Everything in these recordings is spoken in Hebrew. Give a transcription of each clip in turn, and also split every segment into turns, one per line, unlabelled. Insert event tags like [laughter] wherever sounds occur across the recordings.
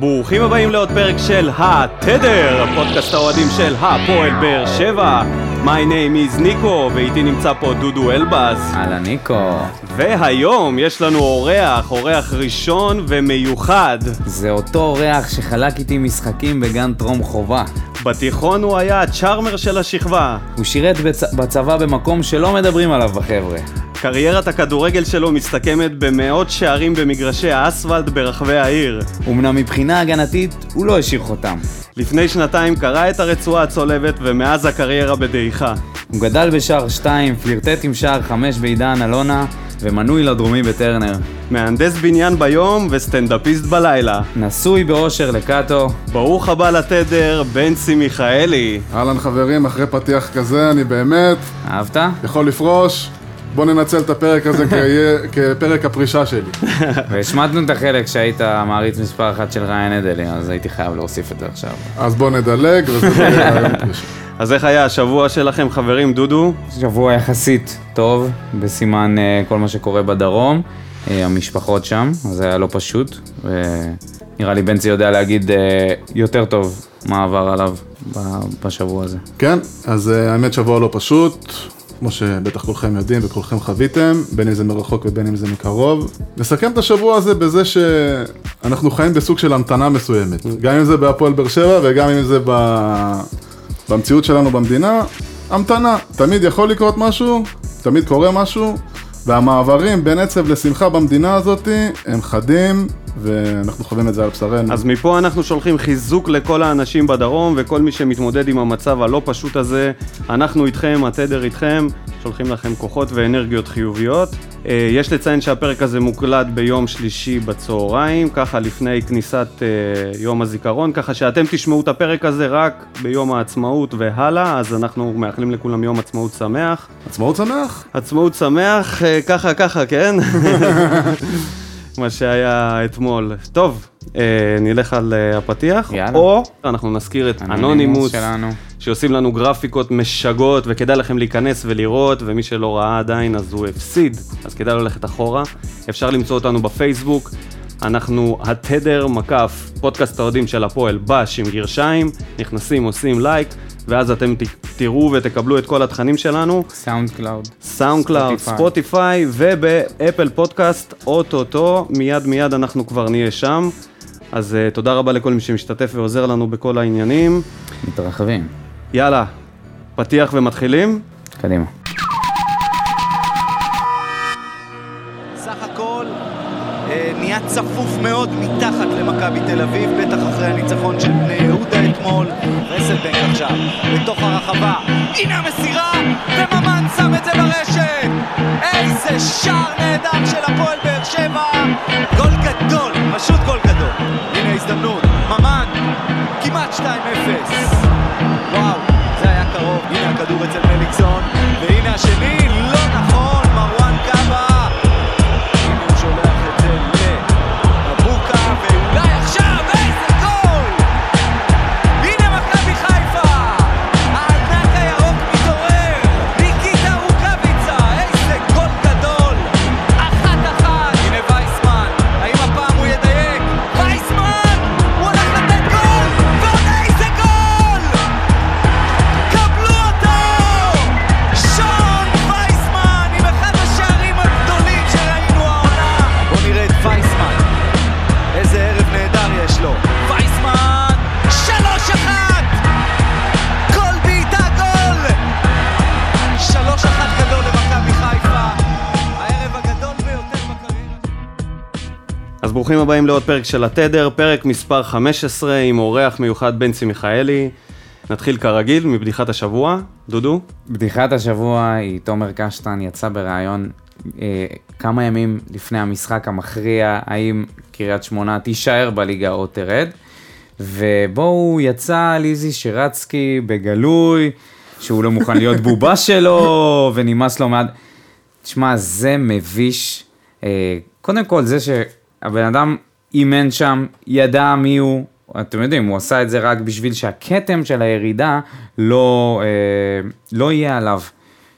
ברוכים הבאים לעוד פרק של התדר, פודקאסט האוהדים של הפועל באר שבע. My name is ניקו, ואיתי נמצא פה דודו אלבז.
אהלן ניקו,
והיום יש לנו אורח, אורח ראשון ומיוחד.
זה אותו אורח שחלק איתי משחקים בגן טרום חובה.
בתיכון הוא היה הצ'ארמר של השכבה.
הוא שירת בצ... בצבא במקום שלא מדברים עליו בחבר'ה.
קריירת הכדורגל שלו מסתכמת במאות שערים במגרשי האספלט ברחבי העיר.
אמנם מבחינה הגנתית הוא לא השאיר חותם.
לפני שנתיים קרע את הרצועה הצולבת, ומאז הקריירה בדעיכה.
הוא גדל בשער 2, פלירטט עם שער 5 בעידן אלונה, ומנוי לדרומי בטרנר.
מהנדס בניין ביום וסטנדאפיסט בלילה.
נשוי באושר לקאטו,
ברוך הבא לתדר, בנצי מיכאלי.
אהלן חברים, אחרי פתיח כזה אני באמת
אהבת?
יכול לפרוש. בואו ננצל את הפרק הזה כיה- כפרק הפרישה שלי.
והשמטנו את החלק שהיית מעריץ מספר אחת של ריין אדלי, אז הייתי חייב להוסיף את זה עכשיו.
אז בואו נדלג, וזה יהיה היום פרישה.
אז איך היה השבוע שלכם, חברים, דודו?
שבוע יחסית טוב, בסימן אה, כל מה שקורה בדרום, אה, המשפחות שם, אז זה היה לא פשוט, ונראה לי בנצי יודע להגיד אה, יותר טוב מה עבר עליו ב- בשבוע הזה.
כן, אז אה, האמת שבוע לא פשוט, כמו שבטח כולכם יודעים וכולכם חוויתם, בין אם זה מרחוק ובין אם זה מקרוב. נסכם את השבוע הזה בזה שאנחנו חיים בסוג של המתנה מסוימת, גם אם זה בהפועל באר שבע וגם אם זה ב... במציאות שלנו במדינה, המתנה, תמיד יכול לקרות משהו, תמיד קורה משהו, והמעברים בין עצב לשמחה במדינה הזאת הם חדים, ואנחנו חווים את זה על בשרנו.
אז מפה אנחנו שולחים חיזוק לכל האנשים בדרום וכל מי שמתמודד עם המצב הלא פשוט הזה. אנחנו איתכם, התדר איתכם, שולחים לכם כוחות ואנרגיות חיוביות. אה, יש לציין שהפרק הזה מוקלט ביום שלישי בצהריים, ככה לפני כניסת אה, יום הזיכרון, ככה שאתם תשמעו את הפרק הזה רק ביום העצמאות והלאה, אז אנחנו מאחלים לכולם יום עצמאות שמח.
עצמאות שמח?
עצמאות שמח, אה, ככה ככה, כן? מה שהיה אתמול. טוב, אה, נלך על אה, הפתיח,
יאללה.
או אנחנו נזכיר את אנונימוס,
שלנו.
שעושים לנו גרפיקות משגעות, וכדאי לכם להיכנס ולראות, ומי שלא ראה עדיין אז הוא הפסיד, אז כדאי לו ללכת אחורה. אפשר למצוא אותנו בפייסבוק. אנחנו התדר מקף פודקאסט האוהדים של הפועל בש עם גרשיים, נכנסים, עושים לייק, ואז אתם ת- תראו ותקבלו את כל התכנים שלנו.
סאונד קלאוד.
סאונד קלאוד,
ספוטיפיי.
ספוטיפיי ובאפל פודקאסט, אוטוטו, מיד מיד אנחנו כבר נהיה שם. אז uh, תודה רבה לכל מי שמשתתף ועוזר לנו בכל העניינים.
מתרחבים.
יאללה, פתיח ומתחילים.
קדימה.
סך הכל אה, נהיה צפוף מאוד מתחת למכבי תל אביב, בטח אחרי הניצחון של בני יהודה אתמול. רסלבנק עכשיו, בתוך הרחבה, הנה המסירה, וממן שם את זה ברשת! איזה שער נהדר של הפועל באר שבע! גול גדול, פשוט גול גדול. הנה ההזדמנות, ממן, כמעט 2-0. וואו, זה היה קרוב. הנה הכדור אצל מליקסון, והנה השני, לא נכון, מרואן קאבה. הנה הוא שולח את זה לבוקה, ואולי עכשיו איזה גול! הנה מכבי חיפה! הענק הירוק מתעורר! ניקיטה רוקאביצה! איזה גול גדול! אחת-אחת! הנה וייסמן! האם הפעם הוא ידייק? וייסמן! הוא הולך לתת גול! ועוד איזה גול! קבלו אותו! שון וייסמן עם אחד השערים הגדולים שראינו העונה! בואו נראה את וייסמן. איזה ערב נהדר יש לו. וייסמן! שלוש אחת! גול בעיטה גול! שלוש אחת גדול למכבי חיפה. הערב הגדול ביותר בקריירה.
אז ברוכים הבאים לעוד פרק של התדר, פרק מספר 15 עם אורח מיוחד בנצי מיכאלי. נתחיל כרגיל מבדיחת השבוע. דודו?
בדיחת השבוע היא תומר קשטן יצא בריאיון אה, כמה ימים לפני המשחק המכריע, האם קריית שמונה תישאר בליגה או תרד. ובו הוא יצא על איזי שירצקי בגלוי, שהוא לא מוכן להיות בובה שלו, [laughs] ונמאס לו מעד... תשמע, זה מביש. אה, קודם כל, זה שהבן אדם אימן שם, ידע מי הוא, אתם יודעים, הוא עשה את זה רק בשביל שהכתם של הירידה לא, אה, לא יהיה עליו.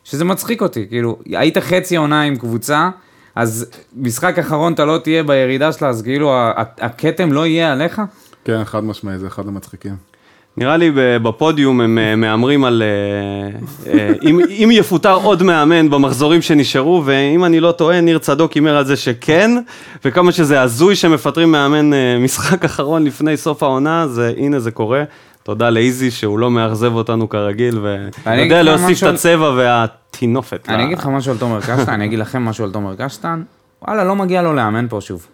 שזה מצחיק אותי, כאילו, היית חצי עונה עם קבוצה, אז משחק אחרון אתה לא תהיה בירידה שלה, אז כאילו ה- ה- הכתם לא יהיה עליך?
כן, חד משמעי, זה אחד המצחיקים.
נראה לי ב- בפודיום הם אה, מהמרים על... אה, אה, אם, אם יפוטר עוד מאמן במחזורים שנשארו, ואם אני לא טועה, ניר צדוק הימר על זה שכן, וכמה שזה הזוי שמפטרים מאמן אה, משחק [laughs] אחרון לפני סוף העונה, זה הנה זה קורה. תודה לאיזי שהוא לא מאכזב אותנו כרגיל,
אני אגיד
ויודע
לך
להוסיף
משהו
את
על-
הצבע והטינופת.
אני
ל-
אגיד לך משהו על תומר קשטן, אני אגיד לכם משהו על תומר קשטן, וואלה, לא מגיע לו לאמן פה שוב.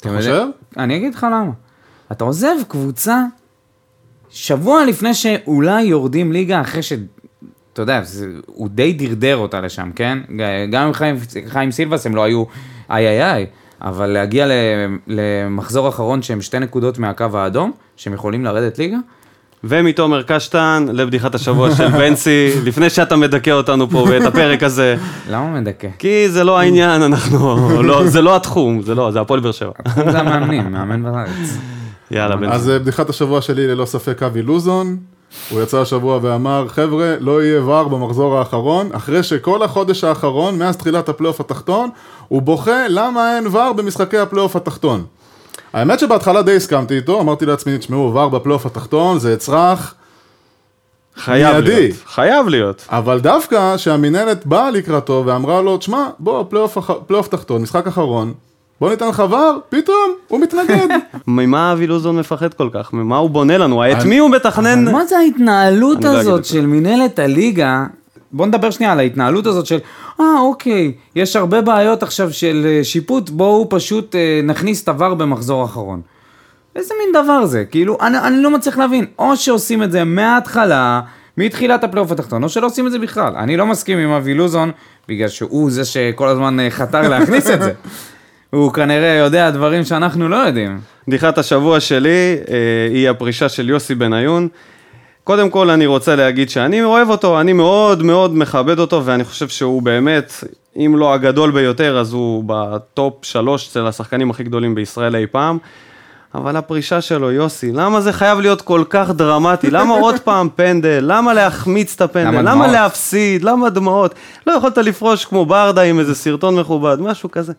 אתה
חושב?
אני אגיד לך למה. אתה עוזב קבוצה שבוע לפני שאולי יורדים ליגה, אחרי ש... אתה יודע, זה, הוא די דרדר אותה לשם, כן? ג- גם עם חיים, חיים סילבס הם לא היו איי איי איי, אבל להגיע ל, למחזור אחרון שהם שתי נקודות מהקו האדום, שהם יכולים לרדת ליגה,
ומתומר קשטן לבדיחת השבוע של בנצי, לפני שאתה מדכא אותנו פה ואת הפרק הזה.
למה מדכא?
כי זה לא העניין, אנחנו, לא, זה לא התחום, זה לא, זה הפועל באר שבע.
זה המאמנים, מאמן בארץ.
יאללה, בן
אז אה, בדיחת השבוע שלי ללא ספק אבי לוזון. הוא יצא השבוע ואמר, חבר'ה, לא יהיה ור במחזור האחרון, אחרי שכל החודש האחרון, מאז תחילת הפלייאוף התחתון, הוא בוכה למה אין ור במשחקי הפלייאוף התחתון. האמת שבהתחלה די הסכמתי איתו, אמרתי לעצמי, תשמעו, ור בפלייאוף התחתון זה אצרח,
חייב
מיידי.
להיות. חייב להיות.
אבל דווקא שהמינהלת באה לקראתו ואמרה לו, תשמע, בוא, פלייאוף אח- פלייאוף תחתון, משחק אחרון, בוא ניתן לך ור, פתאום, הוא מתנגד.
ממה אבי לוזון מפחד כל כך? ממה הוא בונה לנו? את מי הוא מתכנן?
מה זה ההתנהלות
אני לא אגיד
הזאת
את זה.
של מינהלת הליגה? בוא נדבר שנייה על ההתנהלות הזאת של, אה אוקיי, יש הרבה בעיות עכשיו של אה, שיפוט, בואו פשוט אה, נכניס את הוואר במחזור האחרון. איזה מין דבר זה? כאילו, אני, אני לא מצליח להבין, או שעושים את זה מההתחלה, מתחילת הפלייאוף התחתון, או שלא עושים את זה בכלל. אני לא מסכים עם אבי לוזון, בגלל שהוא זה שכל הזמן אה, חתר להכניס
[laughs]
את זה. הוא כנראה יודע דברים שאנחנו לא יודעים.
בדיחת השבוע שלי אה, היא הפרישה של יוסי בניון. קודם כל אני רוצה להגיד שאני אוהב אותו, אני מאוד מאוד מכבד אותו ואני חושב שהוא באמת, אם לא הגדול ביותר, אז הוא בטופ שלוש אצל השחקנים הכי גדולים בישראל אי פעם. אבל הפרישה שלו, יוסי, למה זה חייב להיות כל כך דרמטי? למה עוד פעם פנדל? למה להחמיץ את הפנדל?
למה
למה
דמעות?
להפסיד? למה דמעות? לא יכולת לפרוש כמו ברדה עם איזה סרטון מכובד, משהו כזה.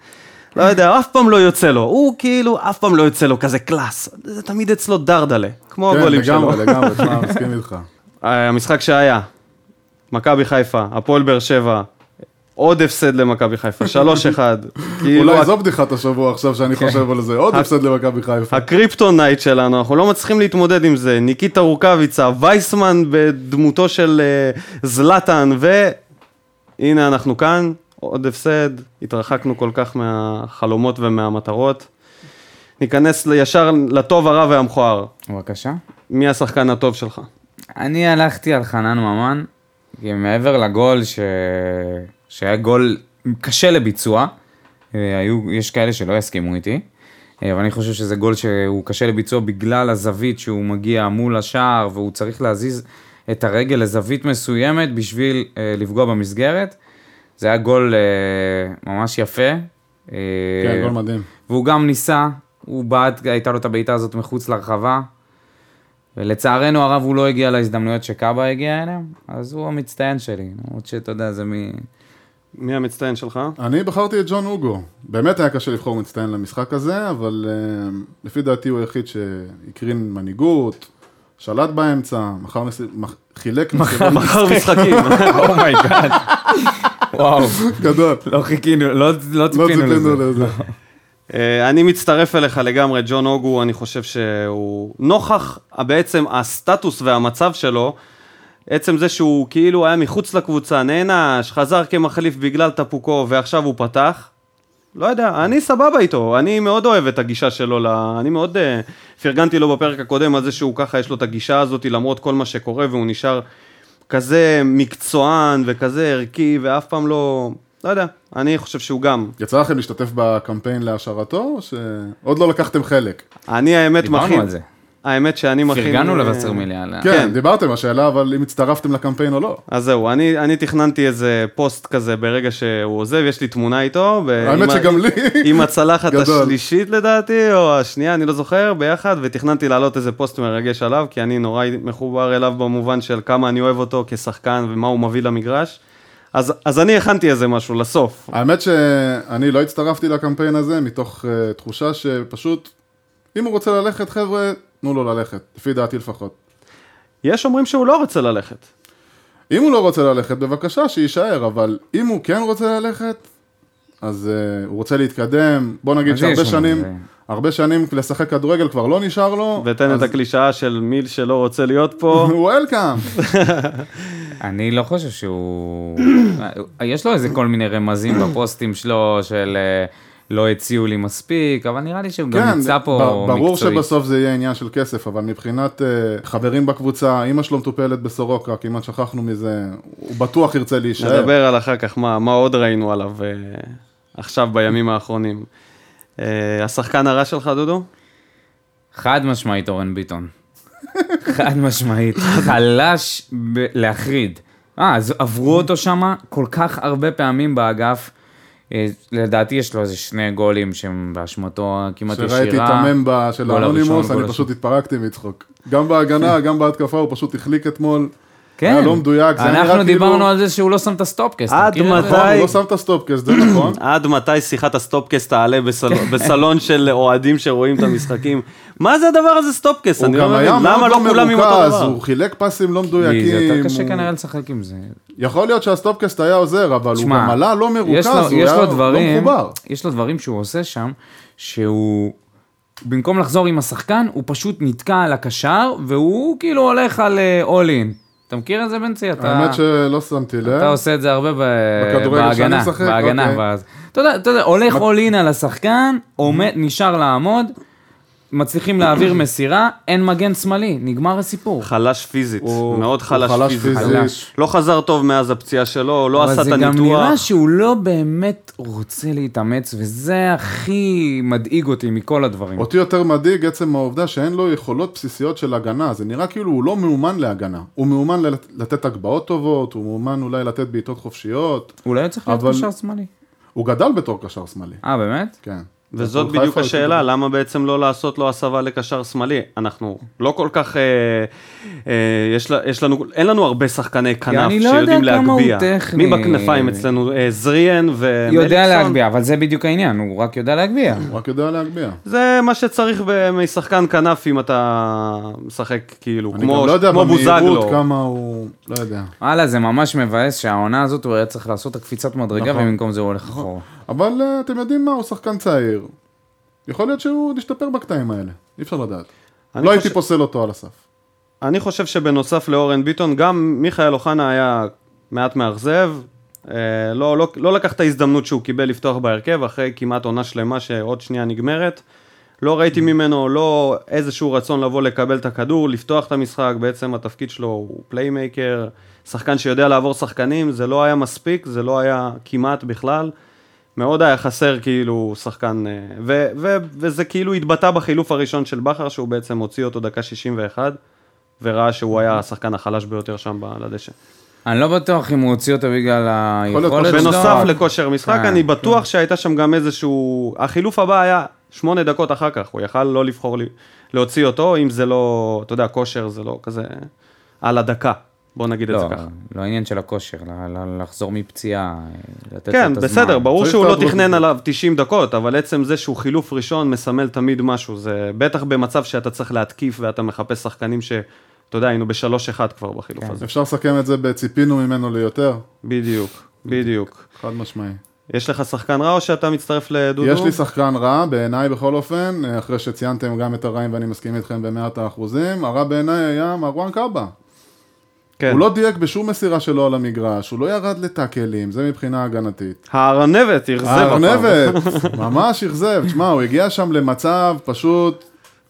לא יודע, אף פעם לא יוצא לו. הוא כאילו, אף פעם לא יוצא לו כזה קלאס. זה תמיד אצלו דרדלה, כמו
כן,
הגולים שלו.
לגמרי, לגמרי, תשמע, מסכים איתך.
אה, המשחק שהיה, מכבי חיפה, הפועל באר שבע, עוד הפסד למכבי חיפה, 3-1. כאילו,
אולי
הק-
זו בדיחת השבוע עכשיו שאני חושב על זה, עוד הפסד למכבי חיפה.
הקריפטונייט שלנו, אנחנו לא מצליחים להתמודד עם זה. ניקיטה רוקאביצה, וייסמן בדמותו של אה, זלאטן, והנה אנחנו כאן, עוד הפסד, התרחקנו כל כך מהחלומות ומהמטרות. ניכנס ישר לטוב, הרע והמכוער.
בבקשה.
מי השחקן הטוב שלך?
אני הלכתי על חנן ממן, כי מעבר לגול ש... שהיה גול קשה לביצוע, אה, היו, יש כאלה שלא יסכימו איתי, אה, אבל אני חושב שזה גול שהוא קשה לביצוע בגלל הזווית שהוא מגיע מול השער והוא צריך להזיז את הרגל לזווית מסוימת בשביל אה, לפגוע במסגרת. זה היה גול אה, ממש יפה. אה,
כן, גול מדהים.
והוא גם ניסה, הוא בעט, הייתה לו את הבעיטה הזאת מחוץ לרחבה. ולצערנו הרב הוא לא הגיע להזדמנויות שקאבה הגיע אליהם, אז הוא המצטיין שלי, למרות שאתה יודע, זה מי...
[laughs]
מי המצטיין שלך?
אני בחרתי את ג'ון אוגו. באמת היה קשה לבחור מצטיין למשחק הזה, אבל אה, לפי דעתי הוא היחיד שהקרין מנהיגות, שלט באמצע, מכר מס... מח... חילק מסירות
מחר משחקים.
Oh
אומייגאד. וואו,
גדול.
לא חיכינו, לא לא
לא
ציפינו
ציפינו
לזה.
לזה.
אה, אני מצטרף אליך לגמרי, ג'ון אוגו, אני חושב שהוא נוכח ה- בעצם הסטטוס והמצב שלו, עצם זה שהוא כאילו היה מחוץ לקבוצה, נענש, חזר כמחליף בגלל תפוקו ועכשיו הוא פתח. לא יודע, אני סבבה איתו, אני מאוד אוהב את הגישה שלו, ל... אני מאוד אה, פרגנתי לו בפרק הקודם על זה שהוא ככה יש לו את הגישה הזאת למרות כל מה שקורה והוא נשאר כזה מקצוען וכזה ערכי ואף פעם לא, לא יודע, אני חושב שהוא גם
יצא לכם להשתתף בקמפיין להשארתו, או שעוד לא לקחתם חלק?
אני האמת מכין.
דיברנו על זה.
האמת שאני מכין...
פרגנו
אה,
לבשר מילה על ה...
כן, דיברתם, השאלה אבל אם הצטרפתם לקמפיין או לא.
אז זהו, אני, אני תכננתי איזה פוסט כזה ברגע שהוא עוזב, יש לי תמונה איתו. ב- עם
האמת
אה, ה-
שגם לי.
עם הצלחת
גדול.
השלישית לדעתי, או השנייה, אני לא זוכר, ביחד, ותכננתי להעלות איזה פוסט מרגש עליו, כי אני נורא מחובר אליו במובן של כמה אני אוהב אותו כשחקן ומה הוא מביא למגרש. אז, אז אני הכנתי איזה משהו לסוף.
האמת שאני לא הצטרפתי לקמפיין הזה מתוך אה, תחושה שפשוט, אם הוא רוצה ללכת, חבר'ה, תנו לו ללכת, לפי דעתי לפחות.
יש אומרים שהוא לא רוצה ללכת.
אם הוא לא רוצה ללכת, בבקשה, שיישאר, אבל אם הוא כן רוצה ללכת, אז uh, הוא רוצה להתקדם, בוא נגיד
אז יש
שהרבה
לו,
שנים,
זה-
הרבה שנים לשחק כדורגל כבר לא נשאר לו,
ותן
[laughs]
את הקלישאה של מי שלא רוצה להיות פה.
הוא וולקאם,
אני לא חושב
[coughs]
שהוא... יש לו איזה כל מיני רמזים בפוסטים שלו של אה, לא הציעו לי מספיק, אבל נראה לי שהוא גם
כן,
נמצא פה
ב- ברור
מקצועית.
שבסוף זה יהיה עניין של כסף, אבל מבחינת אה, חברים בקבוצה, אימא שלו מטופלת בסורוקה, כמעט שכחנו מזה, הוא בטוח ירצה להישאר.
נדבר על אחר כך מה, מה עוד ראינו עליו אה, עכשיו בימים האחרונים. אה, השחקן הרע שלך, דודו?
חד משמעית אורן ביטון. חד משמעית. חלש ב- להחריד. אה, אז עברו אותו שמה כל כך הרבה פעמים באגף. אה, לדעתי יש לו איזה שני גולים שהם באשמתו הכמעט ישירה.
כשראיתי את הממבה של
גול הראשון,
האנונימוס,
גול
אני
השני.
פשוט התפרקתי מצחוק. גם
[laughs]
בהגנה, גם בהתקפה, הוא פשוט החליק אתמול.
כן.
היה לא מדויק, זה היה נראה
אנחנו
כאילו-
דיברנו על זה שהוא לא שם את הסטופקסט. אתה
עד
מכיר את זה?
מתי?
נכון, הוא לא שם את הסטופקס,
[clears throat]
זה נכון.
עד מתי שיחת הסטופקסט תעלה
כן.
בסל- בסלון של אוהדים שרואים את המשחקים? מה זה הדבר הזה סטופקסט?
הוא
אני לא
גם
מבין,
היה
למה
מאוד
לא
לא
כולם עם אותו
מרוכז,
דבר?
הוא חילק פסים לא
כי זה
מדויקים.
יותר קשה
הוא-
כנראה לשחק עם זה.
יכול להיות שהסטופקסט היה עוזר, אבל הוא
תשמע,
גם עלה לא
יש
מרוכז,
לו-
הוא
יש
היה
לו
לא
דברים-
מחובר.
יש לו דברים שהוא עושה שם, שהוא... במקום לחזור עם השחקן, הוא פשוט נתקע על הקשר, והוא כאילו הולך על אול אין. אתה מכיר את זה, בנצי? אתה...
האמת שלא שמתי לב.
אתה עושה את זה הרבה ב...
בכדורגל
בהגנה,
שאני משחק?
בהגנה.
אוקיי.
ואז- אתה יודע, אתה יודע, הולך אול אין על השחקן, עומד, נשאר לעמוד, מצליחים להעביר מסירה, אין מגן שמאלי, נגמר הסיפור.
חלש פיזית,
הוא-
מאוד
הוא
חלש
חלש
פיזית.
פיזית.
חלש.
לא חזר טוב מאז הפציעה שלו, הוא לא עשה
אבל
את
זה גם
הניתוח.
נראה שהוא לא באמת רוצה להתאמץ, וזה הכי מדאיג אותי מכל הדברים.
אותי יותר מדאיג עצם העובדה שאין לו יכולות בסיסיות של הגנה, זה נראה כאילו הוא לא מאומן להגנה. הוא מאומן ל- לתת הגבהות טובות, הוא מאומן אולי לתת בעיטות חופשיות.
אולי הוא צריך להיות
אבל-
קשר שמאלי.
הוא גדל בתור קשר שמאלי,
אה, באמת?
כן.
וזאת
הפועל
בדיוק
חיפה
השאלה,
יותר-
למה בעצם לא לעשות לו הסבה לקשר שמאלי? אנחנו לא כל כך, אה, אה, יש, לה- יש לנו, אין לנו הרבה שחקני כנף
אני לא
שיודעים
יודע כמה הוא
להגביה.
טכני.
מי בכנפיים אצלנו? אה, זריאן ומליקסון?
יודע להגביה, אבל זה בדיוק העניין, הוא רק יודע להגביה.
הוא רק יודע להגביה.
זה מה שצריך ב- משחקן כנף אם אתה משחק כאילו,
אני גם
כמו,
לא יודע
כמו בוזגלו.
במהירות כמה הוא, לא יודע.
וואלה, זה ממש מבאס שהעונה הזאת הוא היה צריך לעשות את הקפיצת מדרגה, ובמקום זה הוא הולך אחורה.
אבל אה, אתם יודעים מה, הוא שחקן צעיר. יכול להיות שהוא עוד ישתפר בקטעים האלה, אי אפשר לדעת.
אני חושב-
לא הייתי פוסל אותו על הסף.
אני חושב שבנוסף לאורן ביטון, גם מיכאל אוחנה היה מעט מאכזב. אה, לא, לא, לא לקח את ההזדמנות שהוא קיבל לפתוח בהרכב, אחרי כמעט עונה שלמה שעוד שנייה נגמרת. לא ראיתי ממנו לא איזשהו רצון לבוא לקבל את הכדור, לפתוח את המשחק, בעצם התפקיד שלו הוא פליימייקר, שחקן שיודע לעבור שחקנים, זה לא היה מספיק, זה לא היה כמעט בכלל. מאוד היה חסר כאילו שחקן, אה, ו- ו- וזה כאילו התבטא בחילוף הראשון של בכר, שהוא בעצם הוציא אותו דקה 61, וראה שהוא היה השחקן החלש ביותר שם על הדשא.
אני לא בטוח אם הוא הוציא אותו בגלל
להיות
היכולת שלו.
בנוסף לכושר משחק,
אה,
אני בטוח שהייתה שם גם איזשהו... החילוף הבא היה שמונה דקות אחר כך, הוא יכל לא לבחור לי- להוציא אותו, אם זה לא, אתה יודע, כושר זה לא כזה על הדקה, בוא נגיד את זה
לא,
ככה.
לא עניין של הכושר, ל- ל- לחזור מפציעה, לתת לו את
כן,
הזמן.
בסדר, ברור
צריך
שהוא לא
לעבוד
תכנן
בזה.
עליו 90 דקות, אבל עצם זה שהוא חילוף ראשון מסמל תמיד משהו, זה בטח במצב שאתה צריך להתקיף ואתה מחפש שחקנים ש... אתה יודע, היינו בשלוש אחד כבר בחילוף
כן.
הזה.
אפשר לסכם את זה בציפינו ממנו ליותר,
בדיוק, בדיוק.
חד משמעי.
יש לך שחקן רע או שאתה מצטרף לדודו?
יש לי שחקן רע, בעיניי בכל אופן, אה, אחרי שציינתם גם את הרעים ואני מסכים איתכם במאת האחוזים, הרע בעיניי היה מרואן קאבה.
כן.
הוא לא דייק בשום מסירה שלו על המגרש, הוא לא ירד לטאקלים, זה מבחינה הגנתית.
הארנבת, אכזב הפעם.
הארנבת, אה, ממש אכזב, תשמע, הוא הגיע שם למצב פשוט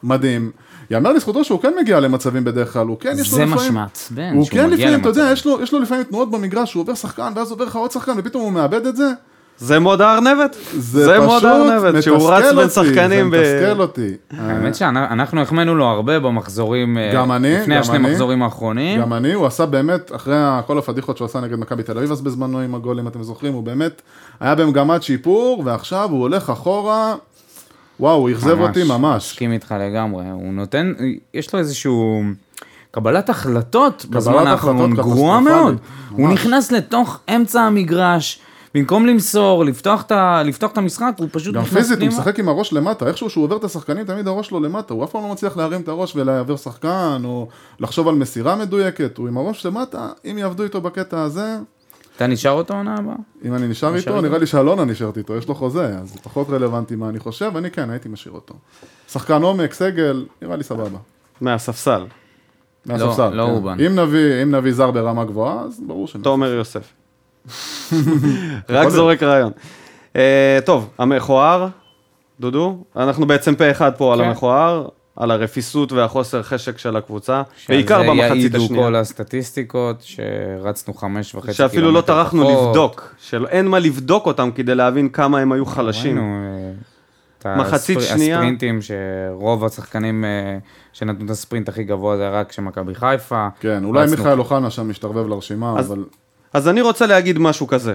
מדהים. יאמר לזכותו שהוא כן מגיע למצבים בדרך כלל, הוא כן יש לו
זה
לפעמים...
מה שמעצבן,
הוא
שהוא
כן
מגיע
לפעמים, אתה יודע,
למצב.
יש לו, יש לו לפעמים תנועות במגרש, הוא עובר שחקן, ואז עובר לך עוד שחקן, ופתאום הוא מאבד את זה.
זה מוד הארנבת?
זה,
זה
פשוט
מוד הארנבת, שהוא
מתסכל
רץ בין
אותי,
שחקנים. ב-
זה מתסכל אותי. אה,
האמת שאנחנו החמאנו לו הרבה במחזורים, אה,
גם אני,
לפני
גם
השני
אני.
מחזורים האחרונים.
גם אני, הוא עשה באמת, אחרי כל הפדיחות שהוא עשה נגד מכבי תל אביב אז בזמנו עם הגול, אם אתם זוכרים, הוא באמת היה במגמת שיפור, ועכשיו הוא הולך אחורה, וואו, הוא אכזב אותי ממש.
מסכים איתך לגמרי, הוא נותן, יש לו איזשהו... קבלת החלטות בזמן
החלטות
האחרון גרועה
קטסטרופלית,
מאוד. הוא
ממש.
נכנס לתוך אמצע המגרש, במקום למסור, לפתוח את ה- לפתוח את המשחק, הוא פשוט
גם
נכנס
פיזית, הוא
פנימה.
משחק עם הראש למטה, איכשהו שהוא עובר את השחקנים, תמיד הראש שלו למטה, הוא אף פעם לא מצליח להרים את הראש ולעבר שחקן, או לחשוב על מסירה מדויקת, הוא עם הראש למטה, אם יעבדו איתו בקטע הזה,
אתה נשאר אותו עונה הבאה?
אם אני נשאר איתו,
איתו?
נראה לי שאלונה נשארת איתו, יש לו חוזה, אז זה פחות רלוונטי מה אני חושב, אני כן, הייתי משאיר אותו. שחקן עומק, סגל, נראה לי סבבה.
מהספסל,
מהספסל,
לא
כן.
אובן.
אם נביא, אם נביא זר ברמה גבוהה, אז ברור שאני...
תומר
[laughs]
יוסף. רק זורק רעיון. אה, טוב, המכוער, דודו, אנחנו בעצם פה אחד פה על
כן.
המכוער, על הרפיסות והחוסר חשק של הקבוצה,
שעל
בעיקר
זה
במחצית
יעידו
השנייה.
כל הסטטיסטיקות, שרצנו חמש וחצי קילומטר.
שאפילו לא טרחנו
פחות.
לבדוק, שאין מה לבדוק אותם כדי להבין כמה הם היו חלשים.
ראינו, אה, את
מחצית
הספר-
שנייה.
הספרינטים, שרוב השחקנים אה, שנתנו את הספרינט הכי גבוה זה היה רק של מכבי חיפה.
כן, אולי
רצנו-
מיכאל אוחנה שם משתרבב לרשימה,
אז-
אבל...
אז אני רוצה להגיד משהו כזה.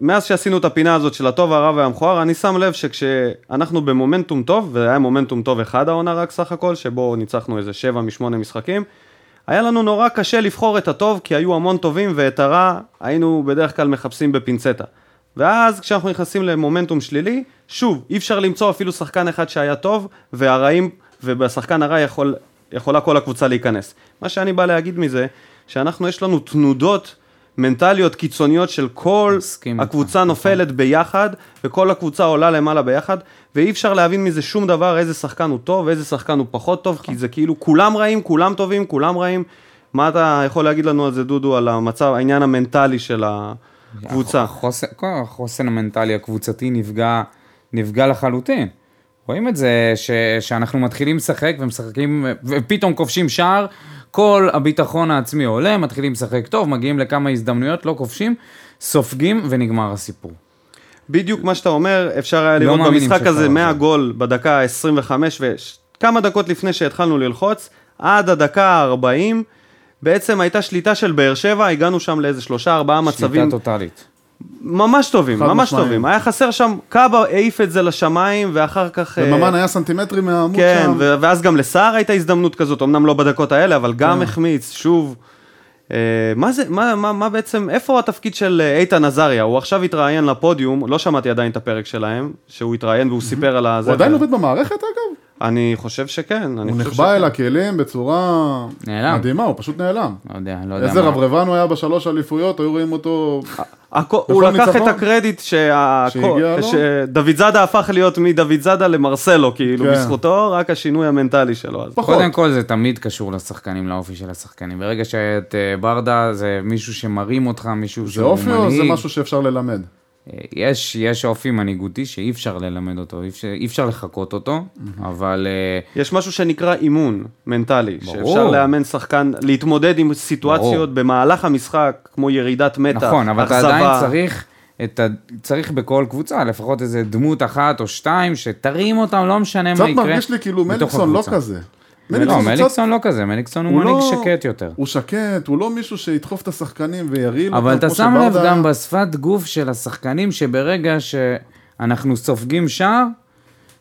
מאז שעשינו את הפינה הזאת של הטוב, הרע והמכוער, אני שם לב שכשאנחנו במומנטום טוב, והיה מומנטום טוב אחד העונה רק סך הכל, שבו ניצחנו איזה שבע משמונה משחקים, היה לנו נורא קשה לבחור את הטוב, כי היו המון טובים, ואת הרע היינו בדרך כלל מחפשים בפינצטה. ואז כשאנחנו נכנסים למומנטום שלילי, שוב, אי אפשר למצוא אפילו שחקן אחד שהיה טוב, והרעים, ובשחקן הרע יכול, יכולה כל הקבוצה להיכנס. מה שאני בא להגיד מזה, שאנחנו, יש לנו תנודות מנטליות קיצוניות של כל
מסכים איתך. נכון.
הקבוצה נופלת ביחד, וכל הקבוצה עולה למעלה ביחד, ואי אפשר להבין מזה שום דבר, איזה שחקן הוא טוב, איזה שחקן הוא פחות טוב,
נכון.
כי זה כאילו כולם רעים, כולם טובים, כולם רעים. מה אתה יכול להגיד לנו על זה, דודו, על המצב, העניין המנטלי של הקבוצה?
החוסן, כל החוסן המנטלי הקבוצתי נפגע, נפגע לחלוטין. רואים את זה ש, שאנחנו מתחילים לשחק ומשחקים, ופתאום כובשים שער, כל הביטחון העצמי עולה, מתחילים לשחק טוב, מגיעים לכמה הזדמנויות, לא כובשים, סופגים ונגמר הסיפור.
בדיוק מה שאתה אומר, אפשר היה לראות
לא מאמינים
במשחק
שאפשר
הזה
לעשות.
100 גול בדקה ה-25 וכמה דקות לפני שהתחלנו ללחוץ, עד הדקה ה-40, בעצם הייתה שליטה של באר שבע, הגענו שם לאיזה שלושה ארבעה מצבים
שליטה טוטאלית.
ממש טובים,
חד
ממש
משמעית.
טובים. היה חסר שם, קאבה העיף את זה לשמיים ואחר כך... אה,
וממן היה סנטימטרים מהעמוד
כן,
שם.
ו- ואז גם לסער הייתה הזדמנות כזאת, אמנם לא בדקות האלה, אבל
כן.
גם החמיץ, שוב. אה, מה זה, מה, מה, מה בעצם, איפה התפקיד של אה, איתן עזריה? הוא עכשיו התראיין לפודיום, לא שמעתי עדיין את הפרק שלהם, שהוא התראיין והוא סיפר על הזה.
Mm-hmm. הוא עדיין עובד במערכת אגב?
אני חושב שכן. אני
הוא
חושב
נחבא
שכן.
אל הכלים בצורה
נעלם.
מדהימה, הוא פשוט נעלם.
לא יודע, לא יודע
איזה
מה.
רברבן הוא היה בשלוש אליפויות, היו רואים אותו...
אה,
הכו- הוא
בכל
לקח
ניצחון?
את הקרדיט שה-
שהגיע לו?
שדוד זאדה הפך להיות מדוד זאדה למרסלו, כאילו,
כן.
בזכותו, רק השינוי המנטלי שלו. אז-
פחות.
קודם כל זה תמיד קשור לשחקנים, לאופי של השחקנים. ברגע שאת אה, ברדה זה מישהו שמרים אותך, מישהו
זה
שהוא מנהיג. אה,
אופי או זה משהו שאפשר ללמד?
יש, יש אופי מנהיגותי שאי אפשר ללמד אותו, אי אפשר, אי אפשר לחקות אותו, אבל אה,
יש משהו שנקרא אימון מנטלי,
ברור.
שאפשר לאמן שחקן, להתמודד עם סיטואציות
ברור.
במהלך המשחק, כמו ירידת מתח, אכזבה.
נכון, אבל אתה עדיין צריך, את ה... צריך בכל קבוצה לפחות איזה דמות אחת או שתיים שתרים אותם, לא משנה
קצת
מה יקרה.
מרגיש לי כאילו
בתוך
מליקסון לא
הקבוצה.
כזה.
לא,
מליקסון זה קצת...
מליקסון לא כזה, מליקסון הוא
הוא
מנהיג
לא-
שקט יותר.
הוא שקט, הוא לא מישהו שידחוף את השחקנים וירעיל
אבל
אותם
אתה
כמו
שם לב
שברדה-
גם בשפת גוף של השחקנים, שברגע שאנחנו סופגים שער,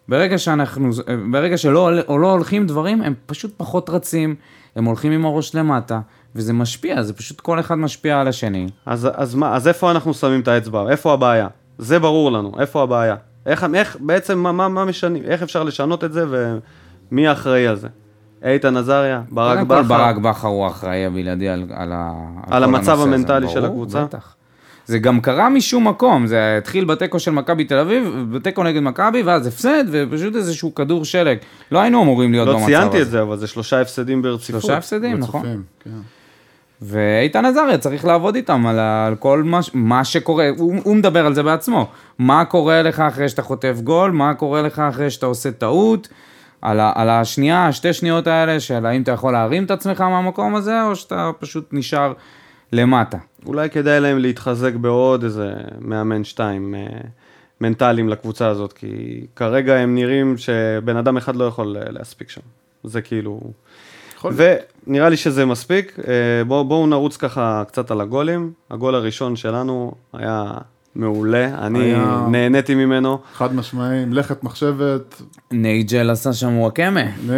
ברגע שאנחנו, ברגע שלא הול- או לא הולכים דברים, הם פשוט פחות רצים, הם הולכים עם הראש למטה, וזה משפיע, זה פשוט כל אחד משפיע על השני.
אז, אז, מה, אז איפה אנחנו שמים את האצבע? איפה הבעיה? זה ברור לנו, איפה הבעיה? איך, איך בעצם, מה, מה, מה משנים, איך אפשר לשנות את זה ומי האחראי על זה? איתן עזריה, ברק
קודם כל,
בכר,
ברק בכר הוא האחראי הבלעדי על, על, ה-
על
כל
המצב
הנושא הזה.
המנטלי של
ברור,
הקבוצה.
בטח. זה גם קרה משום מקום, זה התחיל בתיקו של מכבי תל אביב, בתיקו נגד מכבי, ואז הפסד, ופשוט איזשהו כדור שלג. לא היינו אמורים להיות
לא
במצב הזה.
ציינתי את זה, אבל זה שלושה הפסדים ברציפות.
שלושה הפסדים, נכון?
צופים, כן.
ואיתן עזריה צריך לעבוד איתם על, ה- על כל מה, ש- מה שקורה, הוא, הוא מדבר על זה בעצמו. מה קורה לך אחרי שאתה חוטף גול, מה קורה לך אחרי שאתה עושה טעות, על, ה, על השנייה, השתי שניות האלה של האם אתה יכול להרים את עצמך מהמקום הזה, או שאתה פשוט נשאר למטה.
אולי כדאי להם להתחזק בעוד איזה מאמן שתיים אה, מנטליים לקבוצה הזאת, כי כרגע הם נראים שבן אדם אחד לא יכול אה, להספיק שם. זה כאילו...
יכול
ונראה לי שזה מספיק. אה, בואו בוא נרוץ ככה קצת על הגולים. הגול הראשון שלנו היה מעולה, אני
היה-
נהניתי ממנו.
חד משמעי, מלאכת מחשבת,
נייג'ל עשה שם וואקמה.
נה-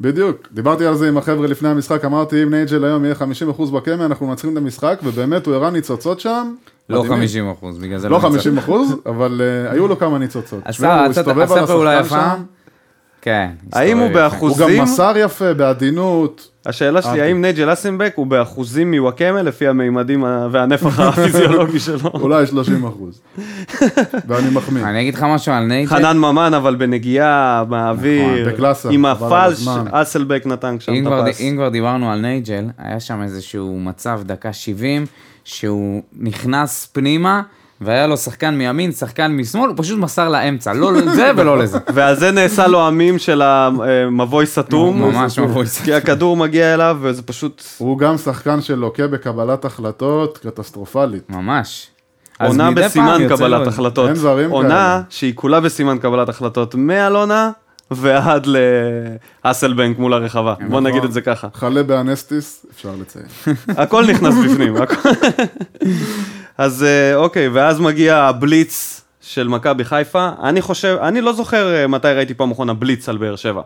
בדיוק, דיברתי על זה עם החבר'ה לפני המשחק, אמרתי אם נייג'ל היום יהיה 50% בקמע, אנחנו מנצחים את המשחק, ובאמת הוא הראה ניצוצות שם,
לא
מדהימים.
50 אחוז, בגלל זה
לא
ניצח.
50 אחוז, אבל
[laughs]
אה, היו לו כמה ניצוצות.
עשה-
שמע, הוא
עשה-
הסתובב
עשה
על השחקן
פעולה יפה.
שם,
כן.
האם הוא
הסתובב יפה.
באחוז-
הוא גם
אחוזים?
מסר יפה,
[laughs]
בעדינות.
השאלה שלי,
אהבתי.
האם נייג'ל אסנבק הוא באחוזים מוואקמה לפי המימדים ה- והנפח הפיזיולוגי שלו?
אולי 30
[laughs]
אחוז. ואני מחמיא.
אני אגיד לך משהו על נייג'ל.
חנן ממן, אבל בנגיעה, באוויר,
נכון, בקלאסה,
עם
אבל על
הפלש,
הזמן.
אסלבק נתן
אם
שם את
כבר-
הפס.
אם כבר דיברנו על נייג'ל, היה שם איזשהו מצב דקה 70, שהוא נכנס פנימה, והיה לו שחקן מימין, שחקן משמאל, הוא פשוט מסר לאמצע, לא לזה ולא לזה.
ועל זה נעשה לו המים של המבוי סתום.
ממש מבוי סתום.
כי הכדור מגיע אליו, וזה פשוט...
הוא גם שחקן שלוקה בקבלת החלטות קטסטרופלית.
ממש. אז
עונה
מדי פעם
בסימן
יוצא לו
קבלת
איזה-
החלטות.
אין זרים
עונה
כאלה.
שהיא כולה בסימן קבלת החלטות מאלונה ועד לאסלבנק מול הרחבה.
כן,
בוא נגיד
נכון.
את זה ככה.
חלה באנסטיס, אפשר
[laughs]
לציין.
הכל נכנס בפנים. הכל- אז אה, אוקיי, ואז מגיע הבליץ של מכבי חיפה. אני חושב, אני לא זוכר אה, מתי ראיתי פעם אחרונה בליץ על באר שבע.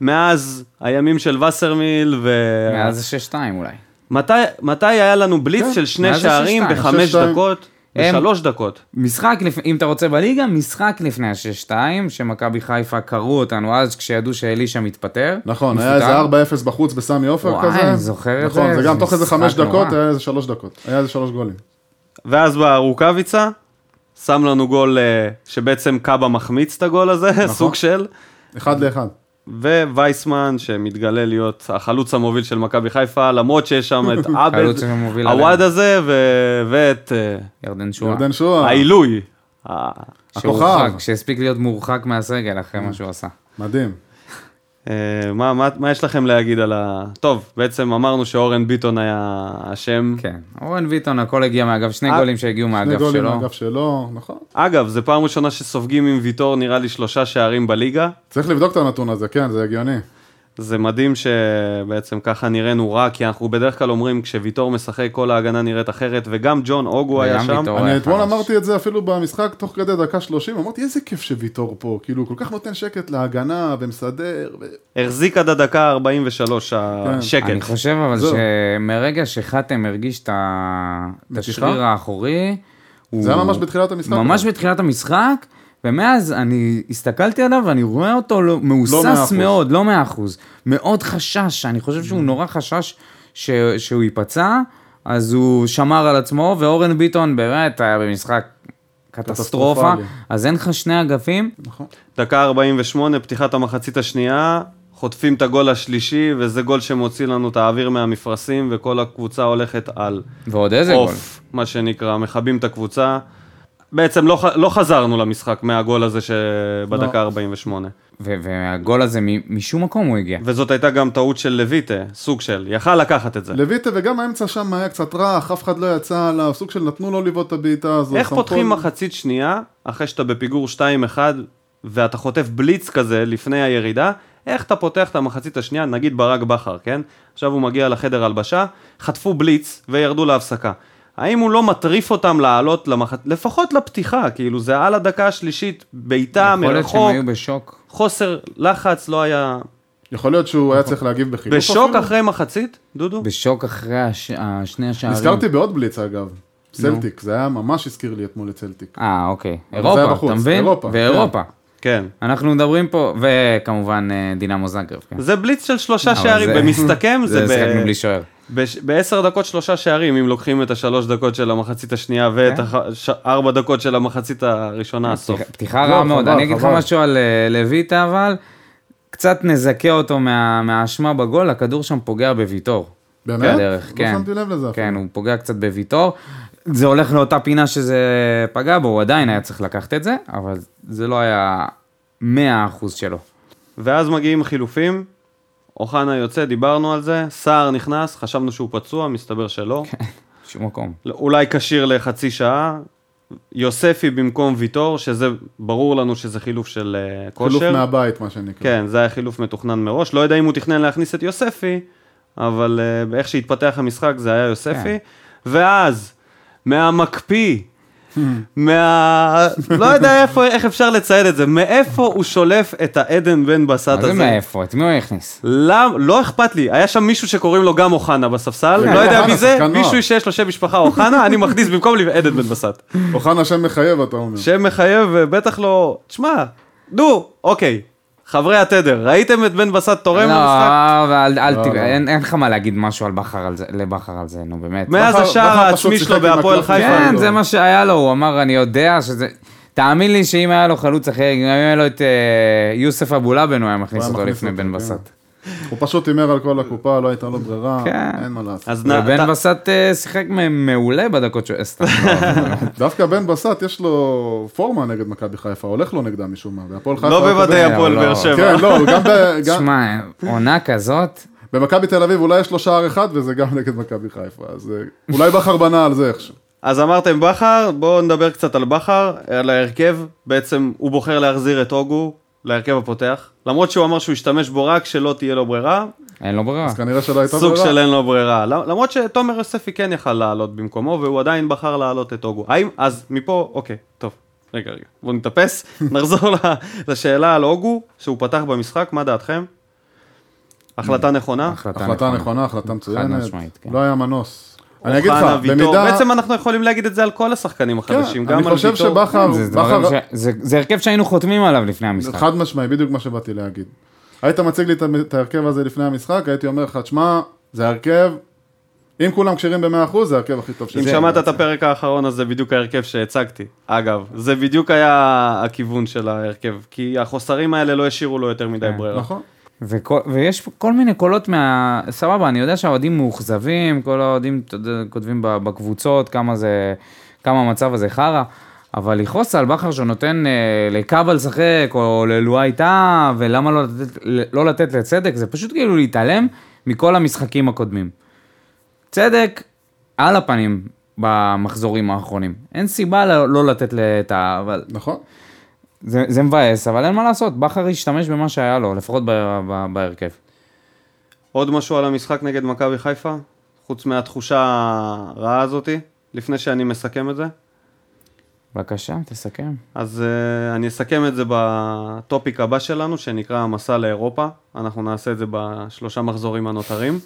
מאז הימים של וסרמיל ו...
מאז זה 6-2 אולי.
מתי, מתי היה לנו בליץ
כן,
של שני
מאז זה
שערים
שש-שתיים.
בחמש
שש-שתיים.
דקות?
הם-
בשלוש דקות.
משחק, לפ... אם אתה רוצה בליגה, משחק לפני ה-6-2, שמכבי חיפה קראו אותנו אז כשידעו שאלישע מתפטר.
נכון,
מפוטר.
היה איזה 4-0 בחוץ בסמי עופר
וואי,
כזה.
אני זוכר את זה,
נכון, זה
זה
גם תוך איזה
משחק
5
נורא.
דקות, היה איזה 3 דקות. היה איזה 3 גולים.
ואז בא רוקאביצה, שם לנו גול אה, שבעצם קאבה מחמיץ את הגול הזה, [laughs]
נכון.
סוג של,
אחד לאחד.
ווייסמן שמתגלה להיות החלוץ המוביל של מכבי חיפה, למרות שיש שם
[laughs]
את עבד,
חלוץ שמוביל
הוואד
עלינו.
הזה, ו- ואת אה,
ירדן שואה.
ירדן שואה,
העילוי. אה, ה-
הכוכב.
שהורחק, שהספיק להיות מורחק מהסגל אחרי מה שהוא עשה.
מדהים.
אה, מה, מה, מה יש לכם להגיד על ה... טוב, בעצם אמרנו שאורן ביטון היה אשם.
כן. אורן ביטון, הכל הגיע מהגב, שני
אה,
גולים שהגיעו
שני
מהגב
גולים
שלו.
מהאגף שלו, נכון.
אגב, זו פעם ראשונה שסופגים עם ויטור נראה לי שלושה שערים בליגה.
צריך לבדוק את הנתון הזה, כן, זה הגיוני.
זה מדהים שבעצם ככה נראינו רע, כי אנחנו בדרך כלל אומרים כשוויטור משחק כל ההגנה נראית אחרת, וגם ג'ון אוגו היה
וגם
שם.
ויטור.
אני
היה
אתמול
חלש.
אמרתי את זה אפילו במשחק, תוך כדי דקה 30, אמרתי, איזה כיף שוויטור פה, כאילו, הוא כל כך נותן שקט להגנה ומסדר, ו-
החזיק עד הדקה 43
כן. אני
השקט.
חושב אבל
זהו.
שמרגע שחתם הרגיש את ה- את
מתיחה?
השריר האחורי, הוא...
זה היה ממש בתחילת המשחק.
ממש
אבל.
בתחילת המשחק, ומאז אני הסתכלתי עליו ואני רואה אותו לא-
מאה
מהוסס
אחוז. Mm.
מאוד, לא מאה אחוז, מאוד חשש, אני חושב שהוא נורא חשש ש- שהוא ייפצע, אז הוא שמר על עצמו, ואורן ביטון באמת היה במשחק קטסטרופה,
קטסטרופלי.
אז אין לך שני אגפים,
דקה 48, פתיחת המחצית השנייה, חוטפים את הגול השלישי, וזה גול שמוציא לנו את האוויר מהמפרשים, וכל הקבוצה הולכת על
ועוד איזה גול.
אוף, מה שנקרא, מכבים את הקבוצה. בעצם לא, ח- לא חזרנו למשחק מהגול הזה שבדקה 48.
ו- והגול הזה מ- משום מקום הוא הגיע.
וזאת הייתה גם טעות של לויטה, סוג של, יכל לקחת את זה.
לויטה וגם האמצע שם היה קצת רך, אף אחד לא יצא עליו, סוג של נתנו לו לבעוט את הבעיטה הזו.
איך
סמכו-
פותחים מחצית שנייה, אחרי שאתה בפיגור 2-1, ואתה חוטף בליץ כזה לפני הירידה, איך אתה פותח את המחצית השנייה, נגיד ברק בכר, כן? עכשיו הוא מגיע לחדר הלבשה, חטפו בליץ וירדו להפסקה. האם הוא לא מטריף אותם לעלות למחצ... לפחות לפתיחה, כאילו זה על הדקה השלישית, בעיטה
יכול להיות שהם
מרחוק,
היו בשוק.
חוסר לחץ, לא היה...
יכול להיות שהוא היה צריך להגיב בחילוף.
בשוק
אפילו.
אחרי מחצית, דודו?
בשוק אחרי הש... השני השערים.
נזכרתי בעוד בליץ אגב, סלטיק, זה היה ממש הזכיר לי אתמול את סלטיק.
אה, אוקיי.
אבל זה היה
אירופה,
בחוץ,
אתה מבין?
אירופה,
ואירופה.
כן. אנחנו...
אנחנו מדברים פה, וכמובן אה, דינמו זאגרב, כן.
זה בליץ של שלושה
אבל
שערים,
זה-
במסתכם זה... ב-
[laughs] זה שיחקנו בלי שוער.
בש- בעשר דקות שלושה שערים, אם לוקחים את השלוש דקות של המחצית השנייה ואת
כן.
הח- ש- ארבע דקות של המחצית הראשונה, הסוף.
פתיחה- פתיחה
לא,
רעה מאוד.
חבל,
אני אגיד לך
חבל.
משהו על אה, לויטה, אבל קצת נזכה אותו מה- מהאשמה בגול, הכדור שם פוגע בוויטור.
באמת?
בדרך, כן.
לא שמתי לב לזה אפילו.
כן, הוא פוגע קצת בוויטור. זה הולך לאותה פינה שזה פגע בו, הוא עדיין היה צריך לקחת את זה, אבל זה לא היה 100% שלו. [laughs]
ואז מגיעים חילופים, אוחנה יוצא, דיברנו על זה, סער נכנס, חשבנו שהוא פצוע, מסתבר שלא.
כן. בשום מקום.
לא- אולי כשיר לחצי שעה. יוספי במקום ויטור, שזה ברור לנו שזה חילוף של אה, כושר.
חילוף מהבית מה שנקרא.
כן, זה היה חילוף מתוכנן מראש. לא יודע אם הוא תכנן להכניס את יוספי, אבל אה, איך שהתפתח המשחק זה היה יוספי.
כן. [laughs]
ואז, מהמקפיא, מה... לא יודע איפה, איך אפשר לצייד את זה, מאיפה הוא שולף את העדן בן בסט
מה
הזה.
זה מאיפה? את מי הוא הכניס?
למ... לא אכפת לי, היה שם מישהו שקוראים לו גם אוחנה בספסל,
כן,
לא יודע
אוחנה,
מי זה,
שחקן נוער.
מישהו שיש לו שם משפחה אוחנה, אני מכניס במקום לי עדן בן בסט.
אוחנה שם מחייב, אתה אומר.
שם מחייב, ובטח לא... תשמע, נו, אוקיי. חברי התדר, ראיתם את בן בסט תורם
לא,
למשחק?
אבל אל
לא,
תראה,
לא.
אין אין לך מה להגיד משהו על בכר על זה, לבכר על זה, נו באמת.
מאז
בכר-
השער
בכר פשוט
העצמי
שיחק
שלו
עם
בהפועל
הקלפים.
חיפה.
כן,
לא.
זה מה שהיה לו, הוא אמר, אני יודע שזה... תאמין לי שאם היה לו חלוץ אחר, גם אם היה לו את אה, יוסף אבולאבן, הוא היה מכניס
הוא היה
אותו
מכניס
לפני
אותו,
בן
כן.
בסט.
הוא פשוט הימר על כל הקופה, לא הייתה לו ברירה,
כן.
אין מה לעשות.
אז נא, אתה-
ובן בסט אה, שיחק מ- מעולה בדקות ש... סתם, לא, אבל-
[laughs] דווקא בן בסט יש לו פורמה נגד מכבי חיפה, הולך לו נגדה משום מה, והפועל חיפה...
לא
הוא
בוודאי
קודם.
הפועל
לא.
באר שבע.
כן, לא, הוא גם
[laughs]
ב- גם-
תשמע, עונה כזאת,
במכבי תל אביב אולי יש לו שער אחד וזה גם נגד מכבי חיפה, אז אה, אולי בכר בנה על זה איכשהו.
אז אמרתם בכר, בואו נדבר קצת על בכר, על ההרכב, בעצם הוא בוחר להחזיר את אוגו להרכב הפותח, למרות שהוא אמר שהוא ישתמש בו רק כשלא תהיה לו ברירה,
אין לו ברירה.
אז כנראה שלא הייתה
סוג של
ברירה.
אין לו ברירה, למ- למרות שתומר יוספי כן יכל לעלות במקומו והוא עדיין בחר לעלות את אוגו, האם, אז מפה, אוקיי, טוב, רגע רגע, בואו נתאפס, נחזור ל- לשאלה על אוגו, שהוא פתח במשחק, מה דעתכם? החלטה נכונה?
החלטה נכונה, החלטה מצוינת,
נכון. משמעית, כן.
לא היה מנוס. אני אגיד לך,
אוחנה, ויטור,
במידה...
בעצם אנחנו יכולים להגיד את זה על כל השחקנים החדשים,
כן,
גם
אני
על
חושב
ויטור.
שבכר,
זה דברים
בכר-
ש- זה- זה הרכב שהיינו חותמים עליו לפני המשחק.
חד משמעי, בדיוק מה שבאתי להגיד. היית מציג לי את המ- את ההרכב הזה לפני המשחק, הייתי אומר לך, תשמע, זה הרכב, אם כולם כשירים ב-100%, זה ההרכב הכי טוב
אם
שלי.
שמעת את הפרק האחרון אז זה בדיוק ההרכב שהצגתי. אגב, זה בדיוק היה הכיוון של ההרכב, כי החוסרים האלה לא השאירו לו יותר מדי
כן,
ברירה.
נכון.
וכל- ויש כל מיני קולות מה... סבבה, אני יודע שהאוהדים מאוכזבים, כל האוהדים אתה יודע, כותבים ב- בקבוצות כמה זה... כמה המצב הזה חרא, אבל לכעוס על בכר שנותן אה, לכבל לשחק, או ללואי טאה, ולמה לא לתת, לא לתת לצדק, זה פשוט כאילו להתעלם מכל המשחקים הקודמים. צדק על הפנים במחזורים האחרונים. אין סיבה לא, לא לתת לטאה, אבל
נכון.
זה, זה מבאס, אבל אין מה לעשות, בכר השתמש במה שהיה לו, לפחות ב, ב, בהרכב.
עוד משהו על המשחק נגד מכבי חיפה? חוץ מהתחושה הרעה הזאתי, לפני שאני מסכם את זה?
בבקשה, תסכם.
אז uh, אני אסכם את זה בטופיק הבא שלנו, שנקרא המסע לאירופה. אנחנו נעשה את זה בשלושה מחזורים
[laughs]
הנותרים,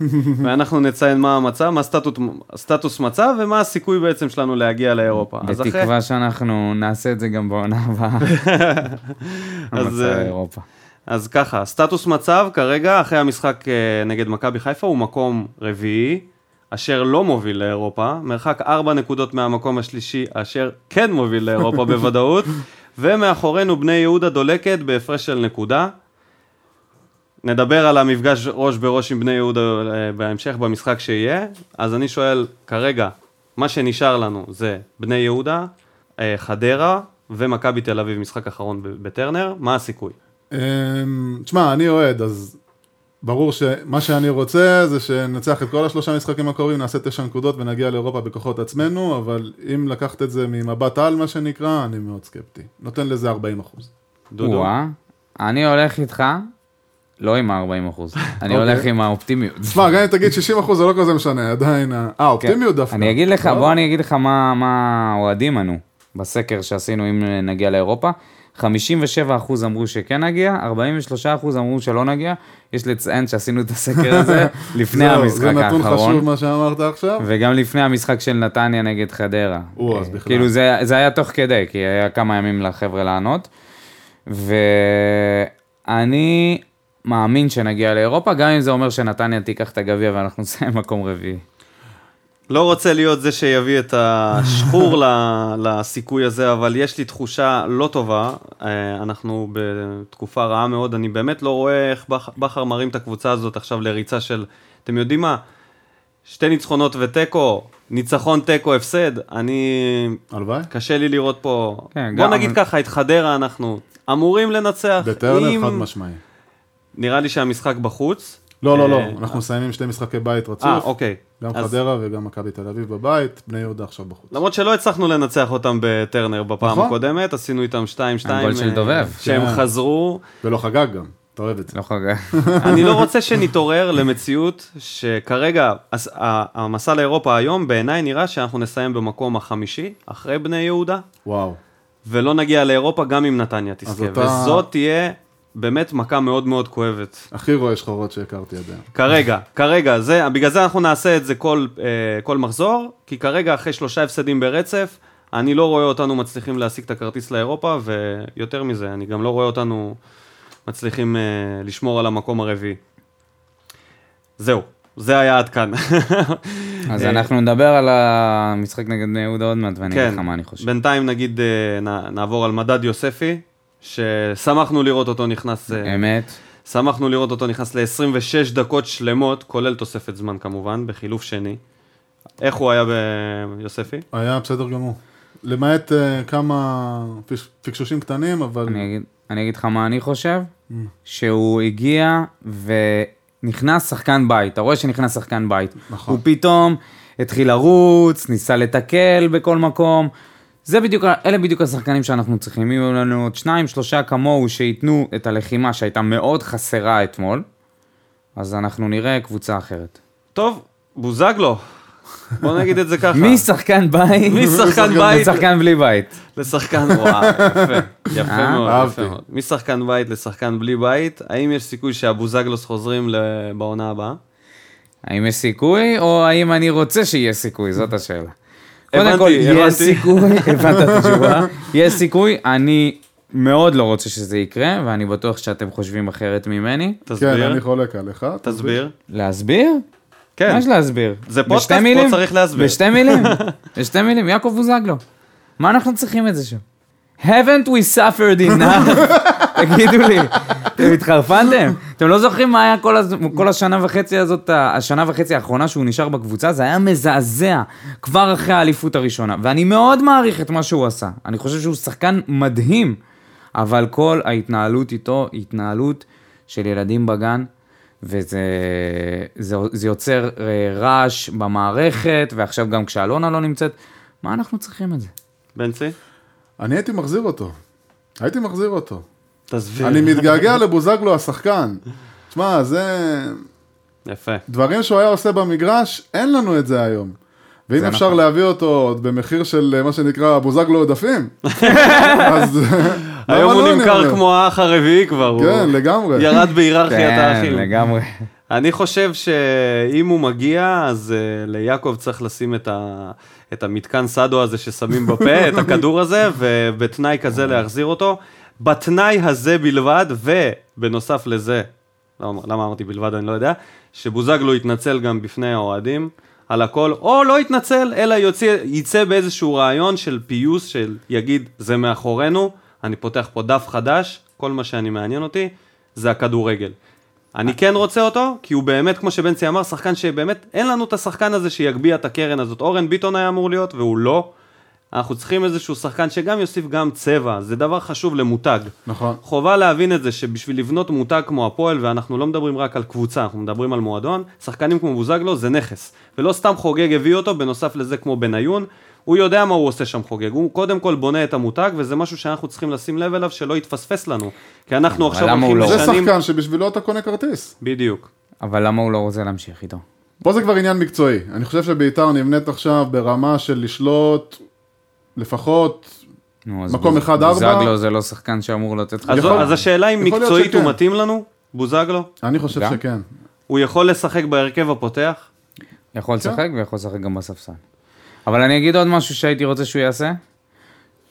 ואנחנו נציין מה המצב, מה סטטוס, סטטוס מצב ומה הסיכוי בעצם שלנו להגיע לאירופה. אז אחרי-
בתקווה שאנחנו נעשה את זה גם בעונה
[laughs]
הבאה,
[laughs] אז,
המצב
אה,
אירופה.
אז ככה, סטטוס מצב כרגע, אחרי המשחק אה, נגד מכבי חיפה, הוא מקום רביעי, אשר לא מוביל לאירופה, מרחק ארבע נקודות מהמקום השלישי, אשר כן מוביל לאירופה בוודאות, ומאחורינו בני יהודה דולקת בהפרש של נקודה. נדבר על המפגש ראש בראש עם בני יהודה אה, בהמשך, במשחק שיהיה. אז אני שואל, כרגע, מה שנשאר לנו זה בני יהודה, אה, חדרה ומכבי תל אביב, משחק אחרון ב- בטרנר, מה הסיכוי?
אמ, תשמע, אני אוהד, אז ברור שמה שאני רוצה זה שננצח את כל השלושה משחקים הקרובים, נעשה תשע נקודות ונגיע לאירופה בכוחות עצמנו, אבל אם לקחת את זה ממבט על, מה שנקרא, אני מאוד סקפטי. נותן לזה 40 אחוז.
דודו.
וואה, אה? אני הולך איתך, לא עם ה-40 אחוז, אני
אוקיי.
הולך עם האופטימיות.
תשמע, גם אם תגיד 60 אחוז זה לא כזה משנה, עדיין... ה- אה,
כן.
[laughs] אופטימיות דווקא.
אני אגיד לך,
לא?
בוא אני אגיד לך מה מה האוהדים ענו בסקר שעשינו אם נגיע לאירופה. 57% אמרו שכן נגיע, 43% אמרו שלא נגיע. יש לציין שעשינו את הסקר
[laughs]
הזה לפני
זהו,
המשחק
זה נתון חשוב
האחרון,
מה שאמרת עכשיו.
וגם לפני המשחק של נתניה נגד חדרה.
או, אז
אה,
בכלל.
כאילו זה זה היה תוך כדי, כי היה כמה ימים לחבר'ה לענות. ואני מאמין שנגיע לאירופה, גם אם זה אומר שנתניה תיקח את הגביע ואנחנו נסיים מקום רביעי.
לא רוצה להיות זה שיביא את
[laughs]
השחור ל- לסיכוי הזה, אבל יש לי תחושה לא טובה. אה, אנחנו בתקופה רעה מאוד, אני באמת לא רואה איך בכ- בכר מרים את הקבוצה הזאת עכשיו לריצה של, אתם יודעים מה? שתי ניצחונות ותיקו, ניצחון תיקו הפסד, אני...
הלוואי.
קשה לי לראות פה...
כן,
בוא
גם-
נגיד ככה, את חדרה אנחנו אמורים לנצח.
בטרנר
אם-
חד משמעי.
נראה לי שהמשחק בחוץ.
לא, לא, לא,
אה,
אנחנו מסיימים שתי משחקי בית רצוף.
אה, אוקיי.
גם
אז-
חדרה וגם מכבי תל אביב בבית, בני יהודה עכשיו
לא,
בחוץ.
למרות שלא הצלחנו לנצח אותם בטרנר בפעם
נכון.
הקודמת, עשינו איתם 2-2.
הגול של
אה,
דובב.
שהם
כן.
חזרו,
ולא חגג גם. אתה אוהב את זה.
לא חגג.
[laughs]
אני לא רוצה שנתעורר למציאות שכרגע הס- ה- המסע לאירופה היום, בעיניי נראה שאנחנו נסיים במקום החמישי, אחרי בני יהודה,
וואו.
ולא נגיע לאירופה גם אם נתניה תזכה.
אתה-
וזאת תהיה באמת מכה מאוד מאוד כואבת.
הכי רואה שחורות שהכרתי עד היום.
כרגע, כרגע, זה, בגלל זה אנחנו נעשה את זה כל, אה, כל מחזור, כי כרגע אחרי שלושה הפסדים ברצף, אני לא רואה אותנו מצליחים להשיג את הכרטיס לאירופה, ויותר מזה, אני גם לא רואה אותנו מצליחים אה, לשמור על המקום הרביעי. זהו, זה היה עד כאן.
[laughs]
אה,
אז אנחנו נדבר על המשחק נגד בני יהודה עוד מעט, ואני
כן.
אגיד לך מה אני חושב.
כן, בינתיים נגיד, אה, נע- נעבור על מדד יוספי, ששמחנו לראות אותו נכנס... אה,
אמת,
שמחנו לראות אותו נכנס ל-26 דקות שלמות, כולל תוספת זמן כמובן, בחילוף שני. איך הוא היה ביוספי?
היה בסדר גמור. למעט אה, כמה פש- פקשושים קטנים, אבל
אני אגיד- אני אגיד לך מה אני חושב,
Mm.
שהוא הגיע ונכנס שחקן בית, אתה רואה שנכנס שחקן בית.
נכון.
הוא פתאום התחיל לרוץ, ניסה לתקל בכל מקום. זה בדיוק, ה- אלה בדיוק השחקנים שאנחנו צריכים. יהיו לנו עוד שניים, שלושה כמוהו שייתנו את הלחימה שהייתה מאוד חסרה אתמול, אז אנחנו נראה קבוצה אחרת.
טוב, בוזגלו. בוא נגיד את זה ככה.
מי שחקן בית?
נכון. [laughs] מי שחקן בית?
שחקן בלי בית.
לשחקן, וואי, יפה. יפה
אה?
מאוד, יפה
אהבתי.
מאוד. משחקן בית לשחקן בלי בית, האם יש סיכוי שהבוזגלוס חוזרים ל- בעונה הבאה?
האם יש סיכוי, או האם אני רוצה שיהיה סיכוי? זאת השאלה.
הבנתי,
קודם כל,
הבנתי.
יש סיכוי,
[laughs]
הבנת את התשובה, יש סיכוי, אני מאוד לא רוצה שזה יקרה, ואני בטוח שאתם חושבים אחרת ממני.
כן,
תסביר,
אני חולק עליך.
תסביר.
להסביר?
כן,
מה יש להסביר?
זה
בשתי
פודקאסט, פה
מילים?
צריך להסביר. [laughs]
בשתי מילים, בשתי מילים, יעקב בוזגלו. מה אנחנו צריכים את זה שם? haven't we suffered enough?
[laughs]
תגידו לי, אתם התחרפנתם? אתם לא זוכרים מה היה כל, הז... כל השנה וחצי הזאת, השנה וחצי האחרונה שהוא נשאר בקבוצה? זה היה מזעזע כבר אחרי האליפות הראשונה. ואני מאוד מעריך את מה שהוא עשה. אני חושב שהוא שחקן מדהים, אבל כל ההתנהלות איתו היא התנהלות של ילדים בגן. וזה זה, זה יוצר אה, רעש במערכת, ועכשיו גם כשאלונה לא נמצאת, מה אנחנו צריכים את זה?
בנצי,
אני הייתי מחזיר אותו. הייתי מחזיר אותו.
תסביר.
אני מתגעגע לבוזגלו השחקן. תשמע, זה...
יפה.
דברים שהוא היה עושה במגרש, אין לנו את זה היום. ואם
זה
אפשר
נכון.
להביא אותו עוד במחיר של אה, מה שנקרא
[laughs]
בוזגלו עודפים, אז... למה
היום הוא
לא, אני
נמכר
אומר?
כמו האח הרביעי כבר, הוא
כן, לגמרי. כן,
ירד בהיררכיית האחים.
כן, לגמרי.
אני חושב שאם הוא מגיע, אז uh, ליעקב צריך לשים את, ה, את המתקן סאדו הזה ששמים בפה, את הכדור הזה, ובתנאי כזה להחזיר אותו. בתנאי הזה בלבד, ובנוסף לזה, למה, למה אמרתי בלבד אני לא יודע, שבוזגלו יתנצל גם בפני האוהדים על הכל, או לא יתנצל, אלא יוצא, יצא באיזשהו רעיון של פיוס, של יגיד, זה מאחורינו, אני פותח פה דף חדש, כל מה שאני מעניין אותי, זה הכדורגל. אני כן רוצה אותו, כי הוא באמת, כמו שבנצי אמר, שחקן שבאמת, אין לנו את השחקן הזה שיגביה את הקרן הזאת. אורן ביטון היה אמור להיות, והוא לא. אנחנו צריכים איזשהו שחקן שגם יוסיף גם צבע, זה דבר חשוב למותג.
נכון.
חובה להבין את זה שבשביל לבנות מותג כמו הפועל, ואנחנו לא מדברים רק על קבוצה, אנחנו מדברים על מועדון, שחקנים כמו בוזגלו זה נכס. ולא סתם חוגג הביא אותו, בנוסף לזה כמו בניון, הוא יודע מה הוא עושה שם חוגג, הוא קודם כל בונה את המותג, וזה משהו שאנחנו צריכים לשים לב אליו שלא יתפספס לנו. כי אנחנו עכשיו
למה
הולכים
הוא לא?
זה
לשנים...
שחקן שבשבילו אתה קונה כרטיס.
בדיוק.
אבל למה הוא לא רוצה להמשיך איתו?
פה זה כבר עניין מקצועי. אני חושב שביתר נבנית עכשיו ברמה של לשלוט לפחות,
נו, אז
מקום
בוז-
אחד, ארבע.
בוזגלו זה לא שחקן שאמור לתת לך...
אז,
יכול-
אז השאלה אם
יכול להיות
מקצועית הוא
שכן.
מתאים לנו, בוזגלו,
אני חושב
גם? [laughs]
שכן.
הוא יכול לשחק בהרכב
[laughs]
הפותח?
יכול
כן.
לשחק ויכול לשחק גם בספסל. אבל אני אגיד עוד משהו שהייתי רוצה שהוא יעשה,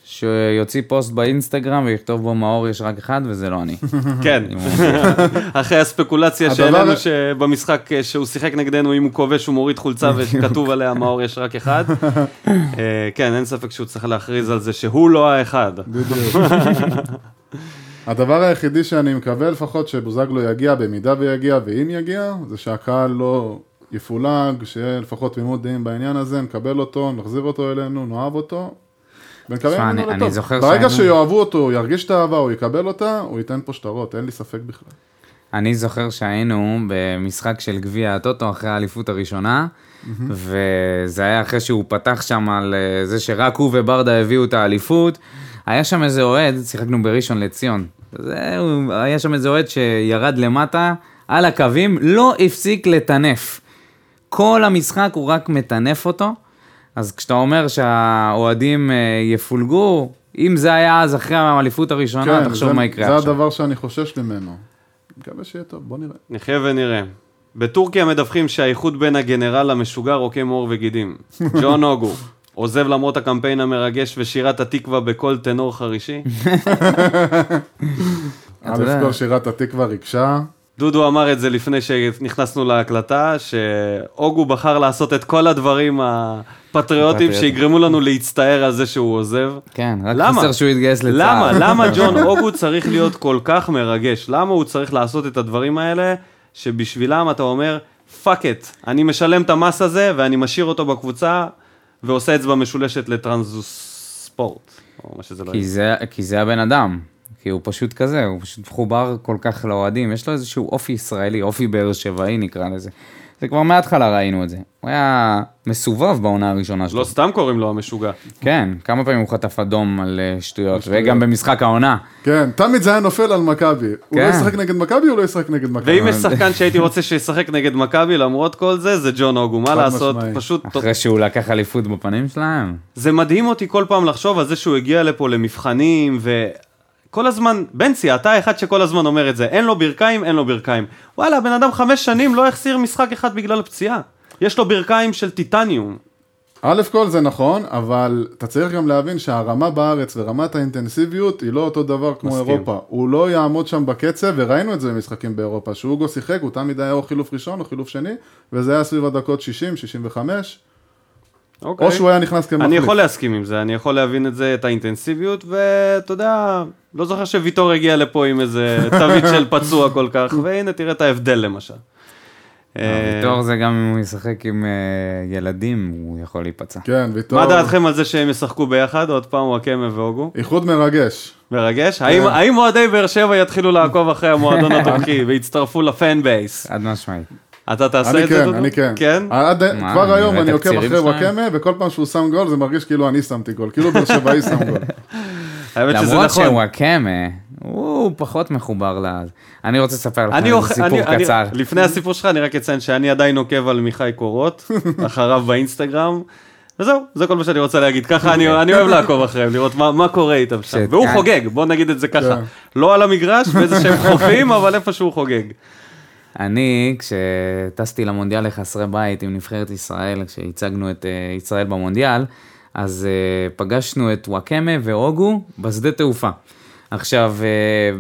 שיוציא פוסט באינסטגרם ויכתוב בו מאור יש רק אחד וזה לא
[laughs]
אני.
כן,
אם הוא מגיע.
אחרי הספקולציה
הדבר-
שהעלינו שבמשחק אה, שהוא שיחק נגדנו, אם הוא כובש הוא מוריד חולצה וכתוב עליה מאור יש רק אחד.
[laughs]
אה, כן, אין ספק שהוא צריך להכריז על זה שהוא לא האחד.
בדיוק. הדבר היחידי שאני מקווה לפחות שבוזגלו יגיע, במידה ויגיע, ואם יגיע, זה שהקהל לא יפולג, שיהיה לפחות תמימות דעים בעניין הזה, נקבל אותו, נחזיר אותו אלינו, נאהב אותו.
תשמע,
ונקווה
אני-
ממנו
אני
לטוב.
זוכר שהיינו-
ברגע שיאהבו אותו, הוא ירגיש את האהבה, הוא יקבל אותה, הוא ייתן פה שטרות, אין לי ספק בכלל.
אני זוכר שהיינו במשחק של גביע הטוטו אחרי האליפות הראשונה, וזה היה אחרי שהוא פתח שם על אה, זה שרק הוא וברדה הביאו את האליפות. היה שם איזה אוהד, שיחקנו בראשון לציון, זהו, היה שם איזה אוהד שירד למטה, על הקווים, לא הפסיק לטנף. כל המשחק הוא רק מטנף אותו, אז כשאתה אומר שהאוהדים אה, יפולגו, אם זה היה אז אחרי האליפות הראשונה,
כן,
תחשוב
זה-
מה יקרה
זה
עכשיו.
הדבר שאני חושש ממנו. מקווה שיהיה טוב, בוא נראה.
נחיה ונראה. בטורקיה מדווחים שהאיחוד בין הגנרל למשוגע רוקם עור
[laughs]
וגידים. ג'ון אוגו, עוזב למרות הקמפיין המרגש ושירת התקווה בקול טנור חרישי.
אתה יודע.
א' כל שירת התקווה ריגשה,
דודו אמר את זה לפני שנכנסנו להקלטה, שאוגו בחר לעשות את כל הדברים הפטריוטיים
הפטריוטים.
שיגרמו לנו להצטער על זה שהוא עוזב.
כן, רק
למה?
חסר שהוא יתגייס לצה"ל.
למה? למה ג'ון אוגו צריך להיות כל כך מרגש? למה הוא צריך לעשות את הדברים האלה שבשבילם אתה אומר, פאק את, אני משלם את המס הזה ואני משאיר אותו בקבוצה ועושה אצבע משולשת לטרנזוספורט, או מה שזה לא
[laughs] כי
יהיה.
זה, כי זה הבן אדם, כי הוא פשוט כזה, הוא פשוט מחובר כל כך לאוהדים, יש לו איזשהו אופי ישראלי, אופי באר שבעי נקרא לזה. זה כבר מההתחלה ראינו את זה. הוא היה מסובב בעונה הראשונה שלו.
לא סתם קוראים לו המשוגע.
[laughs] כן, כמה פעמים הוא חטף אדום על אה, שטויות, וגם במשחק העונה.
כן, תמיד זה היה נופל על מכבי. הוא
כן.
לא ישחק נגד מכבי, הוא לא ישחק נגד מכבי.
ואם יש שחקן שהייתי רוצה שישחק נגד מכבי למרות כל זה, זה ג'ון אוגו, מה
חד
לעשות?
משמעי.
פשוט
אחרי שהוא לקח אליפות בפנים שלהם.
זה מדהים אותי כל פעם לחשוב על זה שהוא הגיע לפה למבחנים ו... כל הזמן, בנצי, אתה האחד שכל הזמן אומר את זה, אין לו ברכיים, אין לו ברכיים. וואלה, הבן אדם חמש שנים לא החסיר משחק אחד בגלל פציעה. יש לו ברכיים של טיטניום.
א' כל זה נכון, אבל אתה צריך גם להבין שהרמה בארץ ורמת האינטנסיביות היא לא אותו דבר כמו
מסכים.
אירופה. הוא לא יעמוד שם בקצב, וראינו את זה במשחקים באירופה. שהוגו שיחק, הוא תמיד היה או חילוף ראשון או חילוף שני, וזה היה סביב הדקות 60, 65,
אוקיי.
או שהוא היה נכנס כמחליף.
אני יכול להסכים עם זה, אני יכול להבין את זה, את האינטנסיביות, ואתה יודע, לא זוכר שוויטור הגיע לפה עם
[laughs]
איזה תווית של פצוע כל כך, והנה תראה את ההבדל למשל. אה,
בתור זה גם אם הוא ישחק עם אה, ילדים, הוא יכול להיפצע.
כן, ויטור.
מה דעתכם על זה שהם ישחקו ביחד, עוד פעם וואקמה והוגו?
איחוד מרגש.
מרגש.
כן.
האם- האם אוהדי באר שבע יתחילו לעקוב אחרי
[laughs]
המועדון הטורקי ויצטרפו לפן בייס?
חד משמעית.
אתה תעשה
אני
את זה?
כן,
דודו?
אני כן.
כן?
עד-
מה,
כבר
אני
היום
רואה
אני עוקב
תקצירים
אחרי
שלהם?
וואקמה, וכל פעם שהוא שם גול זה מרגיש כאילו אני שמתי גול, כאילו באר שבעי שם
[laughs]
גול.
האמת שזה
למרות
נכון.
שוואקמה, הוא פחות מחובר ל... אני רוצה לספר לכם
אני
איזה
אוכ-
סיפור
אני- אני-
קצר.
לפני הסיפור שלך אני רק אציין שאני עדיין עוקב על מיכאי
[laughs]
קורות, אחריו באינסטגרם. וזהו, זה כל מה שאני רוצה להגיד. ככה אני אני אוהב לעקוב אחריהם, לראות מה- מה קורה איתם שם.
אוקיי. שכאן-
והוא חוגג, בוא נגיד את זה ככה. לא על המגרש, באיזה
[laughs]
שהם חופים, אבל איפה שהוא חוגג.
אני, כשטסתי למונדיאל לחסרי בית עם נבחרת ישראל, כשהצגנו את אה, ישראל במונדיאל, אז אה, פגשנו את וואקמה והוגו בשדה תעופה. עכשיו, אה,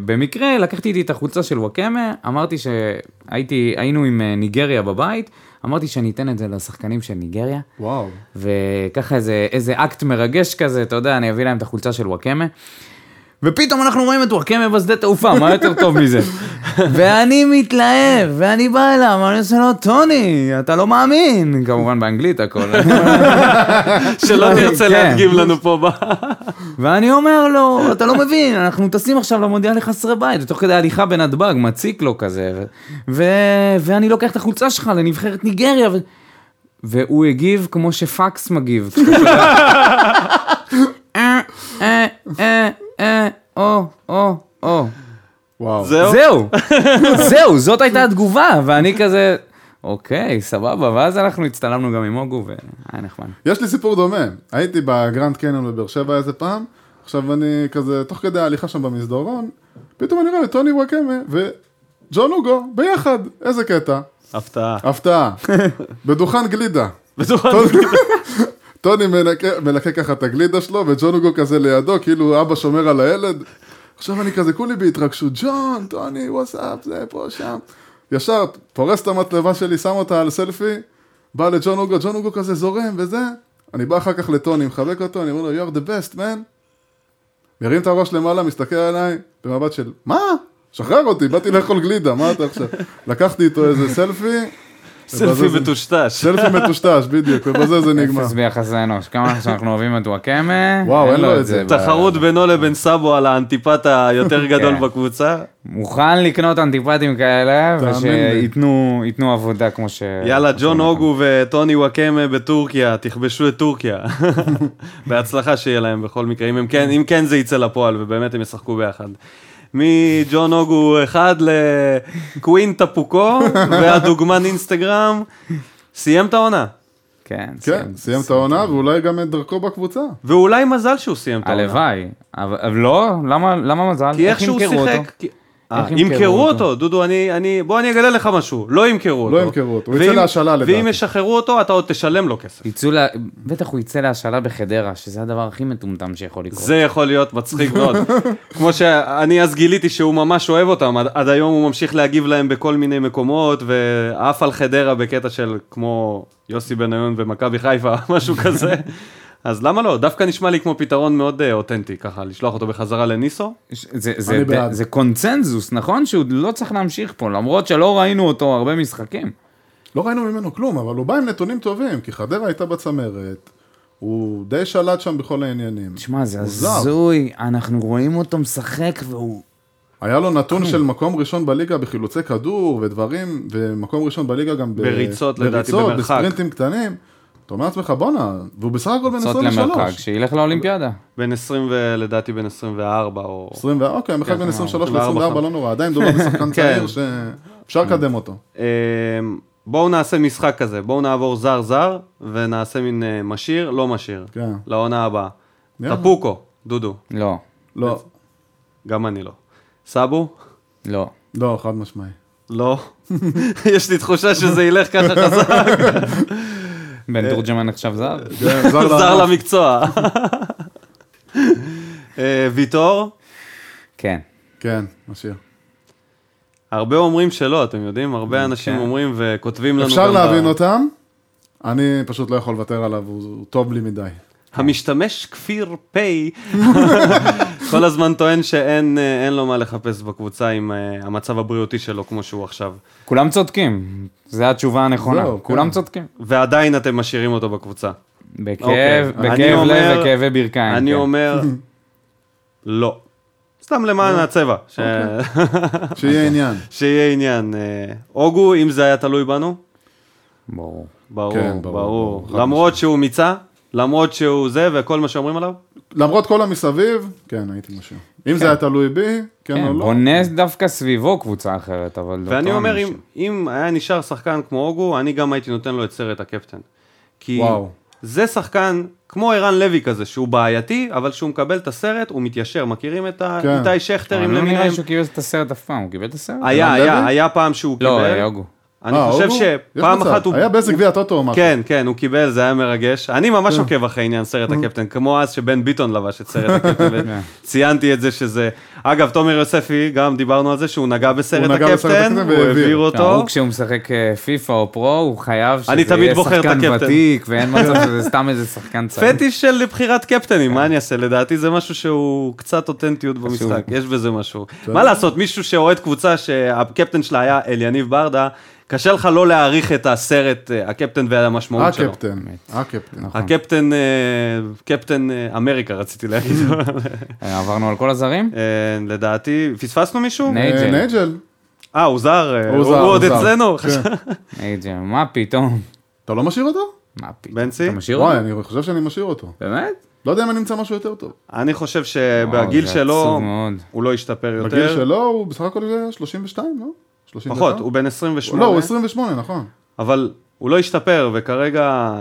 במקרה לקחתי איתי את החולצה של וואקמה, אמרתי שהיינו עם אה, ניגריה בבית, אמרתי שאני אתן את זה לשחקנים של ניגריה.
וואו.
וככה איזה, איזה אקט מרגש כזה, אתה יודע, אני אביא להם את החולצה של וואקמה. ופתאום אנחנו רואים את וואקמה בשדה תעופה, מה יותר טוב מזה? ואני מתלהב, ואני בא אליו, ואני עושה לו, טוני, אתה לא מאמין. כמובן באנגלית הכל.
שלא תרצה
כן.
להדגים לנו פה.
[laughs]
ב-
ואני אומר לו, אתה לא מבין, אנחנו טסים עכשיו למונדיאל לחסרי בית, ותוך כדי הליכה בנתב"ג, מציק לו כזה, ו- ו- ואני לוקח את החולצה שלך לנבחרת ניגריה, ו- והוא הגיב כמו שפקס מגיב. כשאתה שולח. אה, אה, אה, אה, או, או, או.
וואו.
זהו.
זהו,
[laughs]
זהו, זאת הייתה התגובה, ואני כזה, אוקיי, סבבה, ואז אנחנו הצטלמנו גם עם הוגו, והיה נחמד.
יש לי סיפור דומה, הייתי בגרנד קניון בבאר שבע איזה פעם, עכשיו אני כזה, תוך כדי ההליכה שם במסדרון, פתאום אני רואה את טוני וואקמה וג'ון הוגו ביחד, איזה קטע,
הפתעה.
[laughs]
הפתעה, בדוכן גלידה.
בטוח.
טוני מנקה- מלקק ככה את הגלידה שלו וג'ון הוגו כזה לידו, כאילו אבא שומר על הילד. עכשיו אני כזה כולי בהתרגשות, ג'ון, טוני, וואטסאפ, זה פה, שם. ישר פורס את המצלמה שלי, שם אותה על סלפי, בא לג'ון הוגו, ג'ון הוגו כזה זורם וזה. אני בא אחר כך לטוני, מחבק אותו, אני אומר לו, you're the best, man. מרים את הראש למעלה, מסתכל עליי, במבט של, מה? שחרר אותי, באתי לאכול גלידה, מה אתה עכשיו? לקחתי איתו איזה סלפי,
סלפי מטושטש.
סלפי מטושטש, בדיוק, ובזה זה נגמר.
אפס ביחס האנוש, כמה שאנחנו אוהבים את וואקמה,
וואו, אין לו את זה.
ב-
תחרות בינו לבין סאבו על האנטיפט היותר גדול
כן.
בקבוצה.
מוכן לקנות אנטיפטים כאלה,
תאמין לי.
ושייתנו ייתנו עבודה כמו ש...
יאללה, ג'ון הוגו וטוני וואקמה בטורקיה, תכבשו את טורקיה. [laughs] בהצלחה שיהיה להם בכל מקרה, אם, הם כן, אם כן זה יצא לפועל ובאמת הם ישחקו ביחד. מג'ון אוגו אחד לקווין טפוקו, והדוגמן אינסטגרם, סיים את העונה.
כן,
כן, סיים את העונה ואולי גם את דרכו בקבוצה.
ואולי מזל שהוא סיים את העונה.
הלוואי, אבל אבל לא, למה- למה מזל?
כי איך שהוא
ימכרו
שיחק...
אותו?
כי- אה,
ימכרו
ימכרו
אותו?
אותו, דודו, אני, אני, בוא אני אגלה לך משהו, לא ימכרו אותו.
לא ימכרו אותו, הוא יצא
ואם-
להשאלה לדעתי.
ואם ישחררו אותו, אתה עוד תשלם לו כסף.
יצאו לה... בטח הוא יצא להשאלה בחדרה, שזה הדבר הכי מטומטם שיכול לקרות.
זה יכול להיות מצחיק
[laughs]
מאוד. כמו שאני אז גיליתי שהוא ממש אוהב אותם, עד, עד היום הוא ממשיך להגיב להם בכל מיני מקומות, ועף על חדרה בקטע של כמו יוסי בניון ומכבי חיפה, [laughs] משהו כזה. אז למה לא? דווקא נשמע לי כמו פתרון מאוד אה, אותנטי, ככה, לשלוח אותו בחזרה לניסו.
ש- זה, זה,
אני בעד.
זה, זה קונצנזוס, נכון? שהוא לא צריך להמשיך פה, למרות שלא ראינו אותו הרבה משחקים.
לא ראינו ממנו כלום, אבל הוא בא עם נתונים טובים, כי חדרה הייתה בצמרת, הוא די שלט שם בכל העניינים.
תשמע, זה
הוא זר.
הזוי, אנחנו רואים אותו משחק והוא...
היה לו נתון של מקום ראשון בליגה בחילוצי כדור ודברים, ומקום ראשון בליגה גם ב-
בריצות, לדעתי,
בריצות,
במרחק.
בספרינטים קטנים. אתה אומר לעצמך, בואנה, והוא בסך הכל בן
לעשות למרחק,
23.
שילך לאולימפיאדה.
בין 20 ו... לדעתי בין 24 או...
24, אוקיי, המרחק
כן, אה,
בין 23 ל-24 לא נורא,
[laughs]
עדיין מדובר בשחקן צעיר שאפשר
כן.
לקדם אותו.
אמ, בואו נעשה משחק כזה, בואו נעבור זר-זר, ונעשה מין אה, משאיר, לא משאיר.
כן.
לעונה הבאה.
יאללה.
טפוקו, דודו,
לא,
לא,
גם אני לא. סאבו?
לא.
לא, חד משמעי.
לא. יש לי תחושה שזה ילך
[laughs] לא,
ככה חזק, אה.
בן תורג'מן נחשב זר?
כן,
לא.
זר
[laughs] זר
לענף.
למקצוע. [laughs] אה, ויטור?
כן.
כן, משאיר.
הרבה אומרים שלא, אתם יודעים? הרבה אנשים
כן.
אומרים וכותבים לנו...
אפשר
גם ב-
להבין אותם, אני פשוט לא יכול לוותר עליו, הוא הוא טוב לי מדי.
המשתמש כפיר
[laughs]
פיי כל הזמן טוען שאין אה, אין לו מה לחפש בקבוצה עם אה, המצב הבריאותי שלו כמו שהוא עכשיו.
כולם צודקים, זו התשובה הנכונה.
לא,
זהו, כן.
כולם צודקים.
ועדיין אתם משאירים אותו בקבוצה.
בכאב,
אוקיי. אני
בכאב לב
אומר-
וכאבי ברכיים.
אני
כן. [laughs]
אומר, לא. סתם
לא?
למען הצבע, ש-
אוקיי.
אוקיי.
שיהיה עניין.
שיהיה עניין. אה, אוגו, אם זה היה תלוי בנו,
ברור.
ברור,
כן, ברור,
ברור.
ברור, חד
למרות שהוא מיצה, למרות שהוא זה וכל מה שאומרים עליו,
למרות כל המסביב, כן, הייתי משאיר. אם זה היה תלוי בי, כן
כן,
או לא.
בונה דווקא סביבו קבוצה אחרת, אבל... לא
ואני
אותו
אומר,
אנשים.
אם, אם היה נשאר שחקן כמו אוגו, אני גם הייתי נותן לו את סרט הקפטן. כי
וואו.
זה שחקן כמו ערן לוי כזה, שהוא בעייתי, אבל כשהוא מקבל את הסרט, הוא מתיישר. מכירים את ה-
כן.
איתי שכטרים
אבל לא נראה לי
למיניהם?
שהוא קיבל את הסרט אף פעם, הוא קיבל את הסרט?
היה,
ערן
היה,
לוי?
היה פעם שהוא קיבל.
לא, יוגו.
אני
אה,
חושב
אוגו?
שפעם
יש מצב.
אחת הוא...
היה באיזה גביע טוטו או משהו.
כן, כן, הוא קיבל, זה היה מרגש. אני ממש עוקב אחרי עניין סרט הקפטן, כמו אז שבן ביטון לבש את סרט
[laughs]
הקפטן,
כן.
וציינתי את זה שזה... אגב, תומר יוספי, גם דיברנו על זה שהוא נגע בסרט
נגע בסרט
הקפטן,
הקפטן
הוא
והעביר.
העביר אותו.
ההוא כשהוא משחק אה, פיפא או פרו, הוא חייב שזה
אני תמיד
יהיה
בוחר את
שחקן
הקפטן.
ותיק, ואין
[laughs]
מצב שזה סתם איזה שחקן צעיר.
פטיש של בחירת קפטנים,
כן.
מה אני אעשה? לדעתי זה משהו שהוא קצת אותנטיות במשחק, יש בזה משהו. מה לעשות, מישהו שאוהד קבוצה שהקפטן שלה היה אליניב ברדה, קשה לך לא להעריך את הסרט, אה, הקפטן והמשמעות שלו.
הקפטן, הקפטן.
הקפטן, אה, קפטן אה, אמריקה רציתי להגיד,
[laughs]
אה, עברנו על כל הזרים?
אה, לדעתי, פספסנו מישהו?
נייג'ל.
אה, נייג'ל.
אה, הוא זר, אה,
הוא זר,
הוא
הוא
עוד
זר.
אצלנו?
כן.
אייג'ה, מה פתאום?
אתה לא משאיר אותו?
מה פתאום?
בנצי?
אתה משאיר
וואי,
אותו?
אני חושב שאני משאיר אותו.
באמת?
לא יודע אם אני אמצא משהו יותר טוב.
[laughs] אני חושב
וואו,
שבגיל
זה
שלו,
עצוב מאוד.
הוא לא השתפר
בגיל
יותר.
שלו הוא בסך הכל אה, 32, לא? 31?
פחות, הוא בן 28.
לא, הוא 28, נכון.
אבל הוא לא השתפר, וכרגע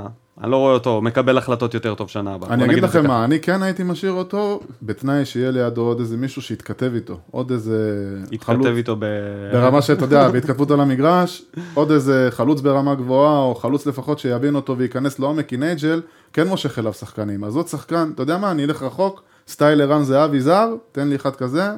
אני לא רואה אותו מקבל החלטות יותר טוב שנה הבאה. בוא
אני
נגיד
אגיד
את זה
לכם
ככה.
מה, אני כן הייתי משאיר אותו, בתנאי שיהיה לידו עוד איזה מישהו שיתכתב איתו. עוד איזה חלוץ.
התכתב איתו ב...
ברמה שאתה יודע, בהתכתבות על המגרש, עוד איזה חלוץ ברמה גבוהה, או חלוץ לפחות שיבין אותו וייכנס לעומק, כי נייג'ל כן מושך אליו שחקנים. אז עוד שחקן, אתה יודע מה, אני אלך רחוק, סטייל ערן זהבי זר, תן לי אחד כזה,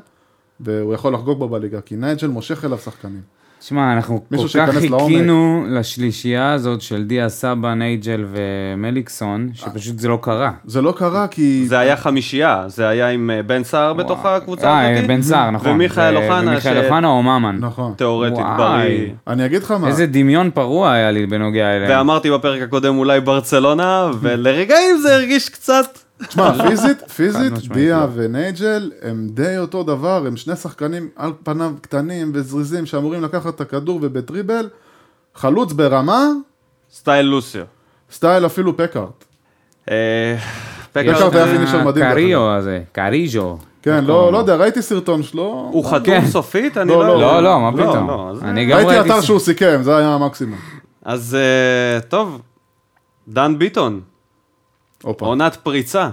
והוא יכול לחגוג בו בליגה, כי נייג'ל מושך אליו שחקנים.
שמע, אנחנו כל
מישהו
כך
שייכנס לעומק.
חיכינו לשלישייה הזאת של דיה סבא, נייג'ל ומליקסון, שפשוט זה לא קרה.
זה לא קרה כי...
זה היה חמישייה, זה היה עם אה, בן סער בתוך
וואו.
הקבוצה
אה,
הזאת.
בן סער, נכון.
ומיכאל
ו-
אוחנה,
ומיכאל
ש-
אוחנה או ממן.
נכון.
תיאורטית
וואי.
בריא.
אני אגיד לך מה,
איזה דמיון פרוע היה לי בנוגע
כן.
אליהם.
ואמרתי בפרק הקודם אולי ברצלונה, ולרגעים זה הרגיש קצת...
[laughs]
תשמע, פיזית, פיזית,
משמעית,
דיה ונייג'ל הם די אותו דבר, הם שני שחקנים על פניו קטנים וזריזים שאמורים לקחת את הכדור ובטריבל, חלוץ ברמה,
סטייל לוסיו.
סטייל אפילו פקארט.
אה,
יש
פקארט,
פקארט היה
את
פינישר מדהים, דרך
הקריו הזה, קריז'ו.
כן, לא, לא יודע, ראיתי סרטון שלו.
הוא חתום
כן.
סופית? אני
לא,
לא...
לא.
יודע.
לא, לא, מה פתאום.
לא, אז-
אני גם
ראיתי אתר
ראיתי...
שהוא סיכם, זה היה המקסימום.
אז אה, טוב, דן ביטון,
הופה.
עונת פריצה.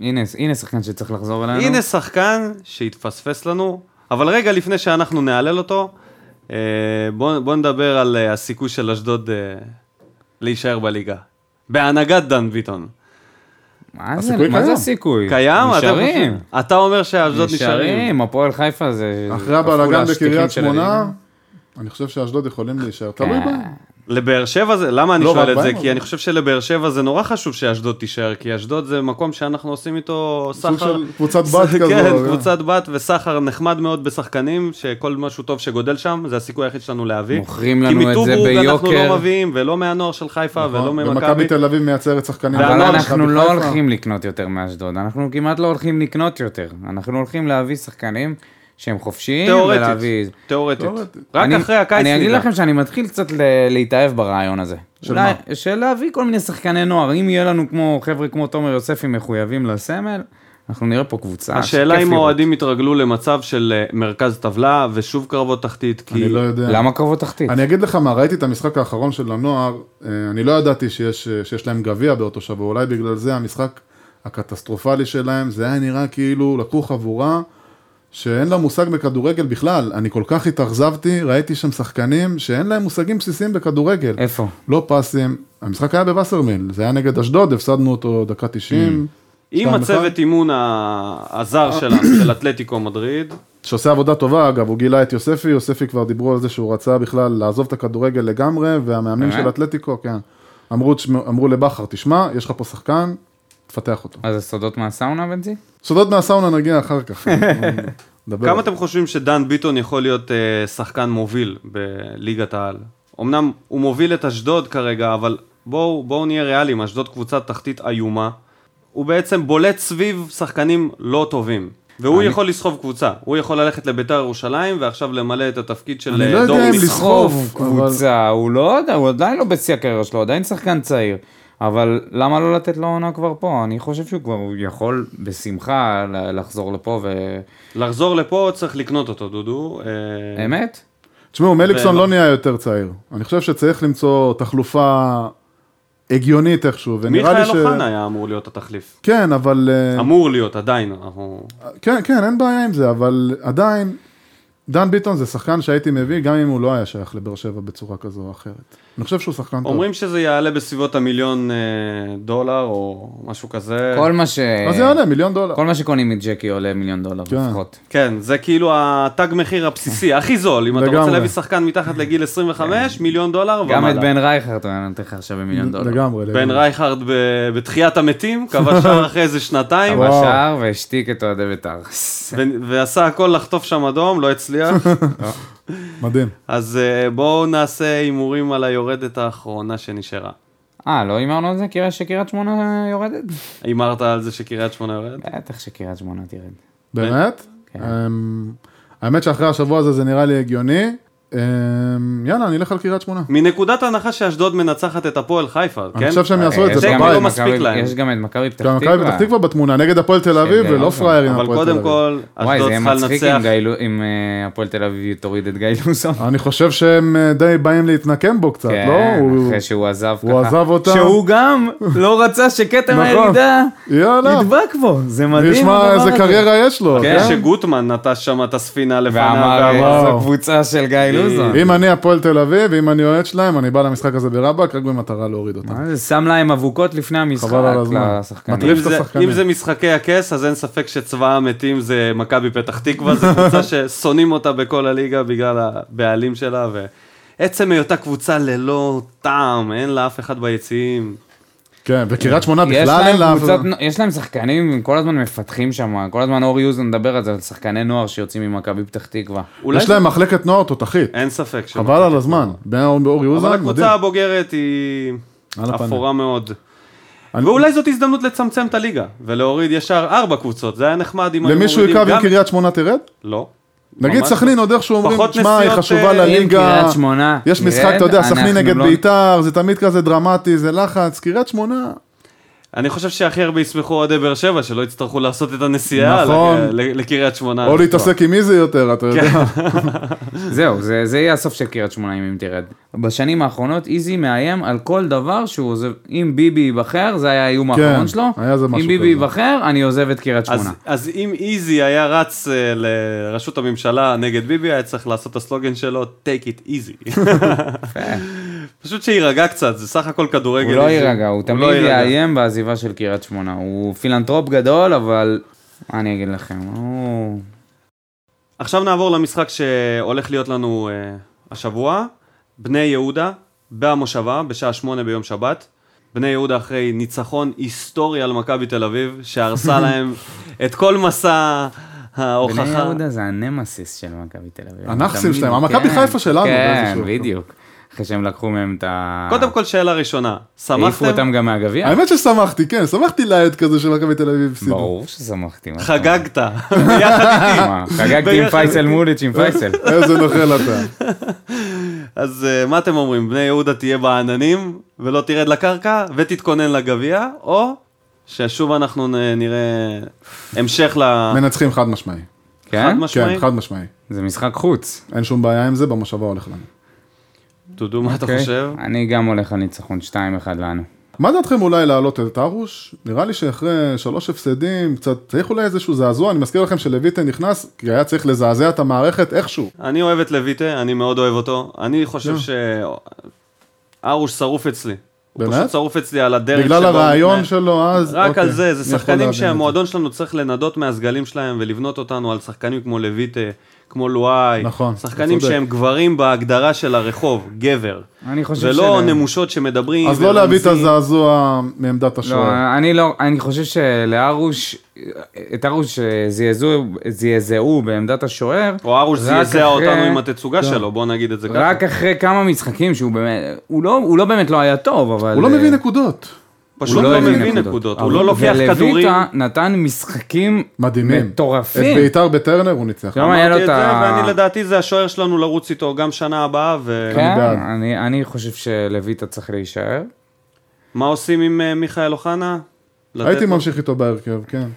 הנה, הנה שחקן שצריך לחזור אלינו.
הנה שחקן שהתפספס לנו, אבל רגע לפני שאנחנו נהלל אותו, אה, בוא, בוא נדבר על אה, הסיכוי של אשדוד אה, להישאר בליגה. בהנהגת דן ביטון.
מה זה,
הסיכוי
מה
קיים.
זה הסיכוי?
קיים? אתה
נשארים.
חושב? אתה אומר שאשדוד נשארים.
נשארים, הפועל חיפה זה...
אחרי
כפול
הבלאגן
השטיחים
בקריית
של הליגה.
שמונה, אני חושב שאשדוד יכולים להישאר. תלוי
אה,
בהם.
לבאר שבע זה, למה אני
לא,
שואל
רק
את זה?
בהם,
כי
אבל-
אני חושב שלבאר שבע זה נורא חשוב שאשדוד תישאר, כי אשדוד זה מקום שאנחנו עושים איתו
סוג
סחר.
של
[laughs]
קבוצת בת כזו. אה.
כן,
אבל-
קבוצת בת וסחר נחמד מאוד בשחקנים, שכל משהו טוב שגודל שם, זה הסיכוי היחיד שלנו להביא.
מוכרים לנו את זה
כי מטוברג אנחנו
ביוקר.
לא מביאים, ולא מהנוער של חיפה, ולא ממכבי.
נכון, ומכבי תל אביב מייצרת שחקנים.
לא אבל
מהנוער,
אנחנו
מכבי
לא
חיפה.
הולכים לקנות יותר מאשדוד, אנחנו כמעט לא הולכים לקנות יותר. אנחנו הולכים להביא שחקנים שהם חופשיים, ולהביא...
תיאורטית, תיאורטית.
תיאורטית.
רק
אני-
אחרי הקיץ
אני אגיד
נדע.
לכם שאני מתחיל קצת ל- להתאהב ברעיון הזה.
של
אולי- של להביא כל מיני שחקני נוער. אם יהיה לנו כמו חבר'ה כמו תומר יוספי מחויבים לסמל, אנחנו נראה פה קבוצה.
השאלה
שכיף
אם
אה, לראות.
האוהדים יתרגלו למצב של אה, מרכז טבלה ושוב קרבות תחתית, כי...
אני לא יודע.
למה קרבות תחתית?
אני אגיד לך מה, ראיתי את המשחק האחרון של הנוער, אה, אני לא ידעתי שיש, אה, שיש להם גביע באותו שבוע, אולי בגלל זה המשחק הקטסטרופלי שלהם, זה היה נראה כאילו לקחו חבורה שאין לה מושג בכדורגל בכלל. אני כל כך התאכזבתי, ראיתי שם שחקנים שאין להם מושגים בסיסיים בכדורגל.
איפה?
לא פסים, המשחק היה בווסרמיל, זה היה נגד אשדוד, הפסדנו אותו דקה 90,
אם
שתיים
הצוות
אחד. אה.
אימון ה- הזר שלנו, של אתלטיקו
[coughs]
מדריד,
שעושה עבודה טובה אגב, הוא גילה את יוספי, יוספי כבר דיברו על זה שהוא רצה בכלל לעזוב את הכדורגל לגמרי, והמאמנים
באמת?
של אתלטיקו, כן, אמרו, "תשמע- אמרו לבכר, תשמע, יש לך פה שחקן, תפתח אותו.
אז הסודות מהסאונה, בנזי?
סודות מהסאונה נגיע
[laughs]
אחר כך. נדבר.
כמה אתם חושבים שדן ביטון יכול להיות אה, שחקן מוביל בליגת העל? אמנם הוא מוביל את אשדוד כרגע, אבל בואו בואו נהיה ריאליים, אשדוד קבוצת תחתית איומה. הוא בעצם בולט סביב שחקנים לא טובים. והוא
אני-
יכול לסחוב קבוצה, הוא יכול ללכת לביתר ירושלים ועכשיו למלא את התפקיד של
אני
אה,
לא יודע
דור
אם
מיכה.
לסחוב,
לסחוב
אבל-
קבוצה, הוא לא יודע, הוא עדיין לא בשיא הקריירה שלו, הוא עדיין שחקן צעיר. אבל למה לא לתת לו עונה כבר פה? אני חושב שהוא כבר הוא יכול בשמחה ל- לחזור לפה ו...
לחזור לפה צריך לקנות אותו, דודו. אה,
אמת?
תשמעו, מליקסון
ו-
לא נהיה יותר צעיר. אני חושב שצריך למצוא תחלופה הגיונית איכשהו, ונראה לי
מיכאל
ש...
אוחנה אמ- היה אמור להיות התחליף.
כן, אבל... אה,
אמור להיות, עדיין. אנחנו...
כן, כן, אין בעיה עם זה, אבל עדיין, דן ביטון זה שחקן שהייתי מביא, גם אם הוא לא היה שייך לבאר שבע בצורה כזו או אחרת. אני חושב שהוא שחקן טוב.
אומרים שזה יעלה בסביבות המיליון אה, דולר או משהו כזה.
כל מה ש...
אז זה יעלה, מיליון דולר.
כל מה שקונים מג'קי עולה מיליון דולר
כן.
לפחות.
כן, זה כאילו התג מחיר הבסיסי, הכי זול. אם אתה רוצה
לגמרי. כן.
להביא שחקן מתחת לגיל 25, מיליון דולר
גם את
ומעלה.
בן רייכרד הוא היה נותן לך עכשיו במיליון דולר.
לגמרי.
בן
לגמרי.
רייכרד ב- בתחיית המתים,
[laughs]
כבש שער אחרי איזה שנתיים,
וואו.
בשער והשתיק את אוהדי בית"ר.
ו- ועשה הכל לחטוף שם אדום, לא הצליח.
[laughs] מדהים.
אז אה, בואו נעשה הימורים על היורדת האחרונה שנשארה.
אה, לא הימרנו על זה? קריית- שקריית שמונה יורדת?
הימרת על זה שקריית שמונה יורדת?
אה.
בטח שקריית שמונה תרד.
באמת?
כן.
אמ, האמת שאחרי השבוע הזה זה נראה לי הגיוני. אמ, יאללה, אני אלך על קריית שמונה.
מנקודת הנחה שאשדוד מנצחת את הפועל חיפה, כן?
אני חושב שהם יעשו את
אה, יש
זה
תיקו
גם
לא
את
בבית.
מספיק
מכבי-
להם.
יש גם את מכבי פתח
גם מכבי פתח תקווה בתמונה, נגד הפועל תל אביב,
שזה
ולא
אוקיי.
פראיירים
אבל
הפועל תל
קודם
אביב.
כל,
וואי, זה
אשדוד
יהיה
צריכה
מצחיק
לנצח.
אם גאילו- אם אה, הפועל תל אביב תוריד את גיא לוזון.
אני חושב שהם אה, די באים להתנקם בו קצת, לא?
כן,
הוא-
אחרי שהוא עזב ככה.
הוא עזב אותם.
שהוא גם לא רצה שכתם
נכון.
הירידה
יאללה,
נדבק בו. זה מדהים.
נשמע
הדבר
איזה
הזה.
קריירה יש לו.
כן,
כן?
שגוטמן נטש שם את הספינה
ואמר,
לבנה, ואמר,
אה,
וואו.
זו קבוצה של גיא לוזון.
אם אני הפועל תל אביב, ואם אני אוהד שלהם, אני בא למשחק הזה ברבאק, רק במטרה להוריד אותם.
מה זה, שם להם אבוקות לפני המשחק
חבל על הזמן.
לשחקנים.
אם
מטריף את
זה-
השחקנים.
אם זה משחקי הכס, אז אין ספק שצבא המתים זה מכבי פתח תקווה, זו
[laughs]
קבוצה ששונאים אותה בכל הליגה בגלל הבעלים שלה, ועצם היותה קבוצה ללא טעם, אין לה אף אחד ביציעים.
כן, וקריית שמונה
יש
בכלל אין לה...
להם, קבוצת, יש להם שחקנים, הם כל הזמן מפתחים שם, כל הזמן אורי יוזון מדבר על זה, על שחקני נוער שיוצאים ממכבי פתח תקווה.
אולי
יש
זה-
להם מחלקת נוער תותחית.
אין ספק. ש-
חבל על הזמן. בן אורי
אבל
אוזן, מדהים.
הקבוצה הבוגרת היא
על הפנים.
אפורה מאוד.
אני-
ואולי זאת הזדמנות לצמצם את הליגה, ולהוריד ישר ארבע קבוצות, זה היה נחמד אם היו
למישהו
מורידים
יקב אם
גם...
קריית שמונה תרד?
לא.
נגיד
ממש לא.
סכנין עוד איכשהו אומרים,
פחות
תשמע, היא
נסיעות,
חשובה
אה, אם
אם
לליגה.
קריית שמונה, לא-
יש
תרד,
משחק, אתה יודע, סכנין
אנחנו
נגד
לא-
אה,
בית"ר, זה תמיד כזה דרמטי, זה לחץ. קריית שמונה,
אני חושב שהכי הרבה ישמחו אוהדי באר שבע, שלא יצטרכו לעשות את הנסיעה
נכון.
לק- ל- לקריית שמונה.
או להתעסק עם מי זה יותר,
כן,
אתה יודע.
זהו, זה, זה יהיה הסוף של קריית שמונה אם היא תרד. בשנים האחרונות איזי מאיים על כל דבר שהוא עוזב. אם ביבי ייבחר, זה היה האיום
כן,
האחרון שלו.
היה זה משהו
אם ביבי
כזה.
ייבחר, אני עוזב את קריית
אז,
שמונה.
אז אם איזי היה רץ אה, לראשות הממשלה נגד ביבי, היה צריך לעשות את הסלוגן שלו, take it
[laughs]
easy. פשוט שיירגע קצת, זה סך הכל כדורגל.
הוא לא
איזי.
יירגע, הוא תמיד
לא יירגע.
יאיים בעזיבה של קריית שמונה. הוא פילנטרופ גדול, אבל... מה אני אגיד לכם? הוא...
עכשיו נעבור למשחק שהולך להיות לנו אה, השבוע, בני יהודה, במושבה, בשעה שמונה ביום שבת. בני יהודה אחרי ניצחון היסטורי על מכבי תל אביב,
[laughs]
שהרסה להם את כל מסע ההוכחה.
בני יהודה זה הנמסיס של מכבי תל אביב.
הנכסים
תמיד-
שלהם, המכבי
כן,
חיפה שלנו,
כן,
באיזשהו-
בדיוק. אחרי שהם לקחו מהם את ה...
קודם כל, שאלה ראשונה,
העיפו
שמחתם?
אותם גם מהגביע?
האמת ששמחתי, כן, שמחתי לעד כזה של מכבי תל אביב הפסידו.
ברור ששמחתי. מה זאת אומרת?
חגגת, [laughs] ביחד איתי.
מה,
[laughs]
חגגתי עם
ביחד.
פייסל מוליץ' עם
[laughs]
פייסל.
איזה נוכל אתה.
אז אה, מה אתם אומרים, בני יהודה תהיה בעננים ולא תרד לקרקע ותתכונן לגביע, או ששוב אנחנו נ- נראה המשך ל...
מנצחים חד משמעי.
כן?
משמעי?
כן, חד משמעי.
זה משחק חוץ.
אין שום בעיה עם זה, במושבה הולך לנו.
דודו, מה אתה
אוקיי?
חושב?
אני גם הולך על ניצחון 2-1 לנו.
מה דעתכם אולי להעלות את הרוש? נראה לי שאחרי שלוש הפסדים, קצת צריך אולי איזשהו זעזוע, אני מזכיר לכם שלויטה נכנס, כי היה צריך לזעזע את המערכת איכשהו.
אני אוהב את לויטה, אני מאוד אוהב אותו. אני חושב ש... ארוש שרוף אצלי. הוא
באמת?
פשוט שרוף אצלי על הדרך
בגלל
שבה הוא
הרעיון
מתנהל.
שלו אז.
רק
אוקיי,
על זה,
אני
זה
יכול
שחקנים
להבין את
שהמועדון שלנו צריך לנדות מהסגלים שלהם ולבנות אותנו על שחקנים כמו לויטה, כמו לואי,
נכון, אתה
שחקנים
צודק.
שהם גברים בהגדרה של הרחוב, גבר.
אני חושב
ולא
של-
נמושות שמדברים.
זה. אז לא להביא את
ורומזים.
הזעזוע מעמדת השוער.
לא, אני לא, אני חושב שלארוש, את ארוש זעזעו- זעזעו בעמדת השוער.
או ארוש
רק
זעזע
אחרי-
אותנו עם
לא.
התצוגה שלו, בוא נגיד את זה ככה.
רק אחרי כמה משחקים שהוא באמת, הוא לא, הוא לא באמת לא היה טוב, אבל...
הוא לא
אה,
מביא נקודות.
פשוט לא מביא נקודות, הוא לא לוקח כדורים.
ולויטה נתן משחקים
מדהימים.
מטורפים.
את בית"ר בטרנר הוא ניצח.
לא היה לו
אמרתי את
את
זה,
ה...
ואני לדעתי זה השוער שלנו לרוץ איתו גם שנה הבאה,
כן,
בעד.
אני- אני חושב שלויטה צריך להישאר.
ומה עושים עם אה, מיכאל אוחנה? לתת
הייתי
לו-
ממשיך איתו בהרכב, כן.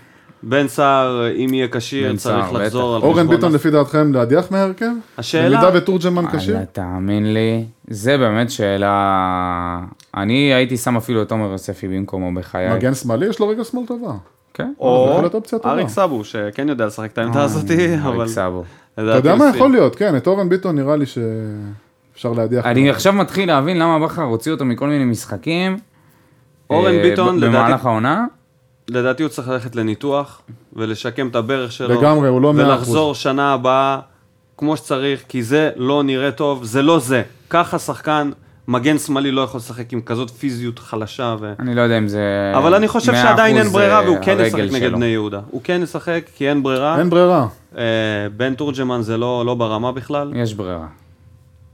בן סער, אם יהיה כשיר,
בן
צריך
סער,
לחזור על
אורן
חשבון
ביטון לפי דעתכם להדיח מההרכב?
נכון, השאלה-
במידה
אה,
ותורג'מן כשיר?
וואלה, תאמין לי, זה באמת שאלה... אני הייתי שם אפילו את עומר יוספי במקומו בחיי.
מגן שמאלי יש לו רגל שמאל טובה.
כן.
זה
או
יכול להיות אופציה טובה.
אריק סאבו, שכן יודע לשחק את העמדה הזאתי, אבל...
אה, אריק סאבו.
אתה יודע מה יכול להיות, כן, את אורן ביטון נראה לי שאפשר להדיח.
אני עכשיו מתחיל להבין למה בכר הוציא אותו מכל מיני משחקים.
אורן
אה,
ביטון,
ב-
לדעתי-
במהלך העונה.
לדעתי הוא צריך ללכת לניתוח ולשקם את הברך שלו.
לגמרי, הוא לא מאה אחוז.
ולחזור שנה הבאה כמו שצריך, כי זה לא נראה טוב, זה לא זה. ככה שחקן, מגן שמאלי לא יכול לשחק עם כזאת פיזיות חלשה ו...
אני לא יודע אם זה...
אבל אני חושב
100%
שעדיין אין ברירה והוא כן
אה, הרגל
ישחק נגד
שלו.
בני יהודה. הוא כן ישחק כי אין ברירה.
אין ברירה.
אה, בן תורג'מן זה לא לא ברמה בכלל.
אה.
יש ברירה.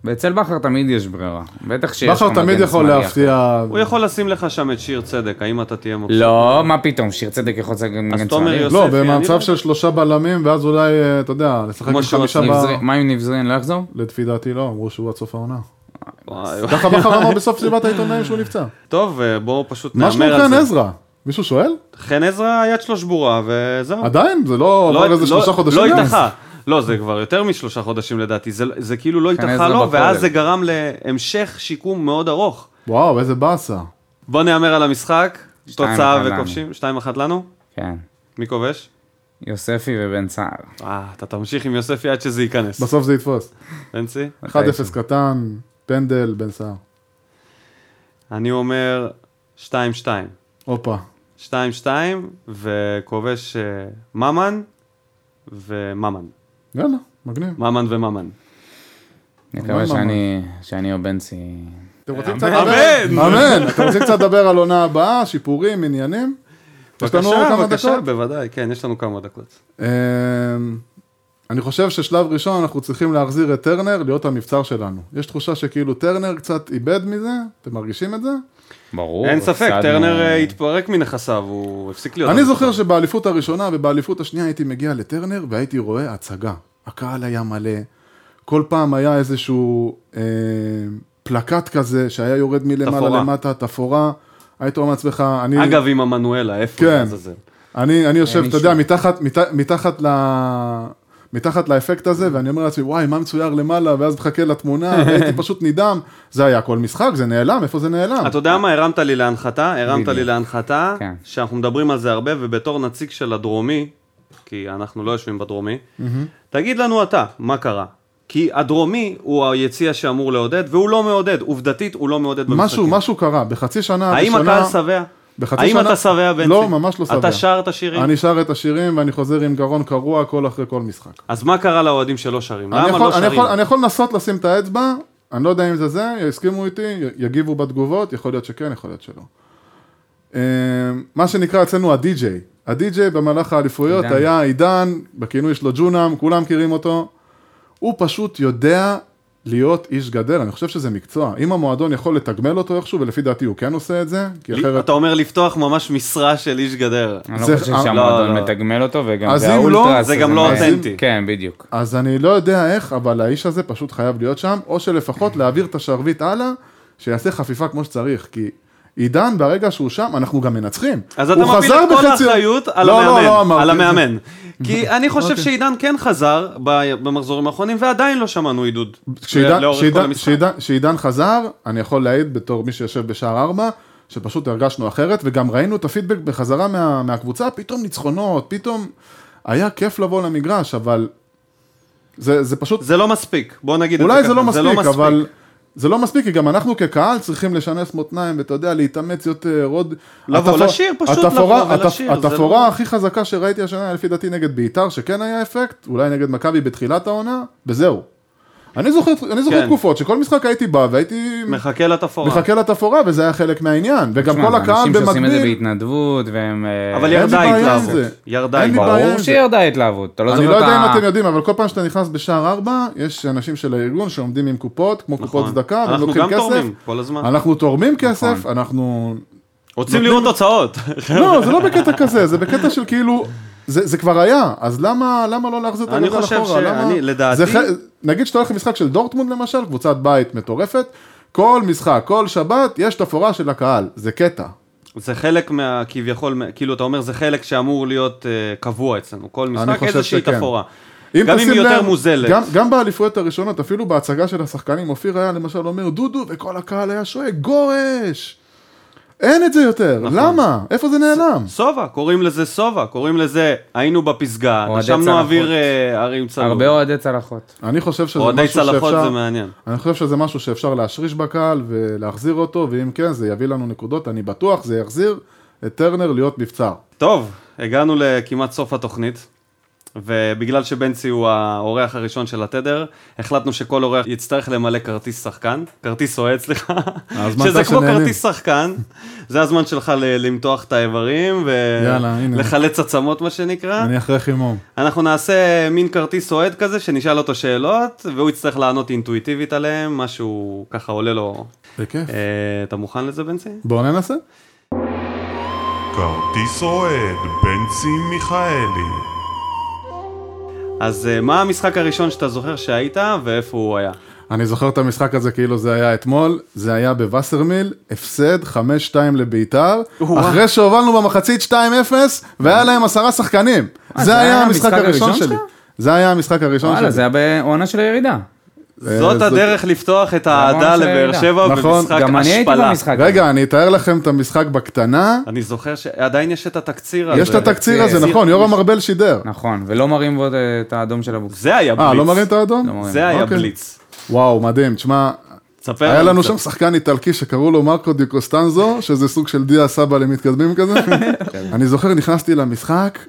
ואצל בכר תמיד יש ברירה. בטח שיש לך
בכר תמיד
מגן
יכול
שמאלי
להפתיע.
הוא יכול לשים לך שם את שיר צדק, האם אתה תהיה מבסוט?
לא, מה פתאום, שיר צדק יכול לשחק נגד
אז תומר
שמאלי?
יוספי,
לא,
אני
במצב
לא-
של שלושה בלמים, ואז אולי, אה, אתה יודע, לשחק עם
כמו שהוא
חמישה
עושה.
ב...
נבזרין- מה אם נבזרין לא יחזור?
לפי דעתי לא, אמרו שהוא עד סוף העונה.
וואי, וואי.
ככה בכר אמר בסוף סביבת העיתונאים שהוא נפצע.
טוב, אה, בואו פשוט
מה שלום
נאמר
חן
על זה.
עזרא? מישהו שואל?
חן עזרא, היד שלו שבורה, וזהו.
עדיין? זה לא
לא-
עבר איזה
לא-
שלושה חודשים?
לא
מאז.
התאחה. לא, זה כבר יותר משלושה חודשים לדעתי, זה- זה כאילו לא
חן
התאחה
עזרא
לו,
בכולל.
ואז זה גרם להמשך שיקום מאוד ארוך.
וואו, איזה באסה.
בוא נהמר על המשחק,
שתיים
תוצאה
אחד לנו.
וכובשים, 2-1 לנו,
כן.
מי כובש?
יוספי ובן סער.
אה, אתה תמשיך עם יוספי עד שזה ייכנס.
בסוף זה יתפוס.
בנצי?
1-0 קטן, פנדל, בן סער.
אני אומר 2-2.
הופה.
2-2, וכובש אה, ממן וממן.
יאללה, מגניב.
ממן וממן.
נקווה
אמן,
שאני, שאני או בנצי...
אתם רוצים קצת לדבר?
אמן.
אמן. אתם רוצים קצת לדבר על עונה הבאה, שיפורים, עניינים? יש לנו עוד כמה
בבקשה,
דקות?
בוודאי, כן, יש לנו כמה דקות.
אמ, אני חושב ששלב ראשון אנחנו צריכים להחזיר את טרנר להיות המבצר שלנו. יש תחושה שכאילו טרנר קצת איבד מזה, אתם מרגישים את זה?
ברור.
אין ספק,
הפסדנו.
טרנר אה, התפרק מנכסיו, הוא הפסיק להיות...
אני זוכר שבאליפות הראשונה ובאליפות השנייה הייתי מגיע לטרנר והייתי רואה הצגה. הקהל היה מלא, כל פעם היה איזשהו אה, פלקט כזה שהיה יורד מלמעלה
תפאורה.
למטה, תפאורה. היית אומר לעצמך, אני...
אגב, עם עמנואלה, איפה
כן.
לעזאזל?
אני, אני יושב,
אין
אתה
אישו.
יודע, מתחת, מת, מתחת, ל... מתחת לאפקט הזה, ואני אומר לעצמי, וואי, מה מצויר למעלה, ואז מחכה
[laughs]
לתמונה, והייתי פשוט נדהם. זה היה כל משחק, זה נעלם, איפה זה נעלם?
אה, אתה יודע מה, הרמת לי להנחתה, הרמת לי
בדיוק.
להנחתה,
כן.
שאנחנו מדברים על זה הרבה, ובתור נציג של הדרומי, כי אנחנו לא יושבים בדרומי, תגיד לנו אתה, מה קרה? כי הדרומי הוא היציע שאמור לעודד, והוא לא מעודד, עובדתית הוא לא מעודד במשחקים.
משהו, משהו קרה, בחצי שנה
האם
הראשונה...
הקהל שבע?
בחצי
האם
שנה-
אתה שבע, בנצי?
לא, ממש לא שבע.
אתה שר את השירים?
אני שר את השירים ואני חוזר עם גרון קרוע כל אחרי כל משחק.
אז מה קרה לאוהדים שלא שרים?
אני
למה
יכול,
לא
אני,
שרים?
יכול, אני יכול לנסות לשים את האצבע, אני לא יודע אם זה זה, יסכימו איתי, י- יגיבו בתגובות, יכול להיות שכן, יכול להיות שלא. אמ, מה שנקרא אצלנו הדי-ג'יי. הדי-ג'יי במהלך האליפויות
עידן.
היה עידן, בכינוי שלו ג'ונם, כולם מכירים אותו. הוא פשוט יודע להיות איש גדר, אני חושב שזה מקצוע. אם המועדון יכול לתגמל אותו איכשהו, ולפי דעתי הוא כן עושה את זה, כי
לי-
אחרת...
אתה אומר לפתוח ממש משרה של איש גדר.
אני לא
זה-
חושב
אה,
לא,
שהמועדון
לא.
מתגמל אותו, וגם
אז
זה
אם לא,
האולטרס.
זה
אז
גם
זה
לא
מעניין.
אותנטי.
כן, בדיוק.
אז אני לא יודע איך, אבל האיש הזה פשוט חייב להיות שם, או שלפחות להעביר את השרביט הלאה, שיעשה חפיפה כמו שצריך, כי עידן, ברגע שהוא שם, אנחנו גם מנצחים.
אז אתה
הוא
מפיל את
חזר
כל
בחצי-
האחריות על
לא, לא,
המאמן,
לא אמרתי
על
את זה. אוקיי.
המאמן. כי אני חושב שעידן כן חזר ב- במחזורים האחרונים, ועדיין לא שמענו עידוד.
כשעידן-
לאורך כל
כשעידן-
המשחק.
כשעידן- כשעידן חזר, אני יכול להעיד בתור מי שיושב בשער ארבע, שפשוט הרגשנו אחרת, וגם ראינו את הפידבק בחזרה מה- מהקבוצה, פתאום ניצחונות, פתאום... היה כיף לבוא למגרש, אבל... זה זה פשוט
זה לא מספיק, בוא נגיד את זה
אולי זה
ככה,
לא מספיק, אבל... זה לא מספיק, כי גם אנחנו כקהל צריכים לשנס מותניים, ואתה יודע, להתאמץ יותר, עוד...
לבוא,
התפור-
לשיר, פשוט
התפאורה-
לבוא ולשיר,
הת-
זה
התפאורה
לא-
הכי חזקה שראיתי השנה, לפי דעתי, נגד ביתר, שכן היה אפקט, אולי נגד מכבי בתחילת העונה, וזהו. אני זוכר, אני זוכר
כן.
תקופות שכל משחק הייתי בא והייתי
מחכה לתפאורה.
מחכה לתפאורה, וזה היה חלק מהעניין, וגם
תשמע,
כל
זה
הקהל
אנשים שעושים את זה
במקביל,
בהתנדבות, והם... אה,
אבל
לי
ירדה
בעיה עם
התלהבות.
זה.
ירדה
אין לי
התלהבות.
בעיה עם
ברור
כן, זה.
שירדה ההתלהבות. אתה לא
אני
זוכר
לא
את
יודע
ה-
אם אתם יודעים, אבל כל פעם שאתה נכנס בשער ארבע, יש אנשים של הארגון שעומדים עם קופות, כמו קופות
נכון.
צדקה, והם
אנחנו
לוקחים
גם
כסף,
תורמים כל הזמן. נכון.
אנחנו תורמים כסף, אנחנו...
רוצים לראות תוצאות. [laughs]
לא, זה לא בקטע כזה, זה בקטע של כאילו, זה זה כבר היה, אז למה למה לא להחזיר את
אני
הגלגל
חושב
אחורה? למה-
שאני- לדעתי-
זה ח- נגיד שאתה הולך למשחק של דורטמונד למשל, קבוצת בית מטורפת, כל משחק, כל שבת, יש תפאורה של הקהל, זה קטע.
זה חלק מה... כביכול, מה- כאילו, אתה אומר, זה חלק שאמור להיות אה, קבוע אצלנו. כל משחק
חושב
איזושהי
שכן.
תפאורה. גם אם
תשים
היא יותר
לב,
מוזלת.
גם, גם באליפויות הראשונות, אפילו בהצגה של השחקנים, אופיר היה למשל אומר דודו, וכל הקהל היה שואג, גורש! אין את זה יותר, נכון. למה? איפה זה נעלם?
סובה, קוראים לזה סובה, קוראים לזה היינו בפסגה,
אוהדי
נשמנו
צלחות.
אוויר אה, הרים צלול.
הרבה אוהדי צלחות.
אני חושב שזה
אוהדי
משהו
צלחות
שאפשר...
זה מעניין.
אני חושב שזה משהו שאפשר להשריש בקהל ולהחזיר אותו, ואם כן, זה יביא לנו נקודות, אני בטוח, זה יחזיר את טרנר להיות מבצר.
טוב, הגענו לכמעט סוף התוכנית, ובגלל שבנצי הוא האורח הראשון של התדר, החלטנו שכל אורח יצטרך למלא כרטיס שחקן, כרטיס אוהד, סליחה,
[laughs] הזמן
שזה
טס
כמו
שנהנים.
כרטיס שחקן, זה הזמן שלך ל- למתוח את האיברים
יאללה, הנה.
ולחלץ עצמות, מה שנקרא.
אני אחרי חימום.
אנחנו נעשה מין כרטיס אוהד כזה, שנשאל אותו שאלות, והוא יצטרך לענות אינטואיטיבית עליהם, משהו ככה עולה לו.
בכיף.
אה, אתה מוכן לזה, בנצי?
בואו ננסה.
כרטיס אוהד, בנצי מיכאלי.
אז אה, מה המשחק הראשון שאתה זוכר שהיית, ואיפה הוא
אה,
היה?
אני זוכר את המשחק הזה כאילו זה היה אתמול, זה היה בווסרמיל, הפסד 5-2 לביתר,
או-אה.
אחרי שהובלנו במחצית 2-0, והיה להם עשרה שחקנים. זה היה המשחק הראשון שלי.
שלך?
זה היה המשחק הראשון
וואלה, זה
שלי.
היה בעונה של הירידה.
זאת
אה,
הדרך לפתוח את האהדה
ממש
לבאר
הירידה.
שבע
נכון,
במשחק
גם אני הייתי
השפלה.
במשחק. הזה.
רגע, אני אתאר לכם את המשחק בקטנה.
אני זוכר שעדיין יש את התקציר הזה.
יש את התקציר
זה-
הזה,
זה-
נכון, יורם ארבל שידר.
נכון, ולא מראים בו את- את האדום של הבוקס.
זה היה בליץ.
אה, לא מראים את
לא
האדום?
מראים.
זה היה
אוקיי.
בליץ.
וואו, מדהים, תשמע,
תספר
היה לנו
קצת.
שם שחקן איטלקי שקראו לו מרקו די קוסטנזו, שזה סוג של דיה סבא
[laughs]
למתקדמים כזה. אני זוכר, נכנסתי למשחק,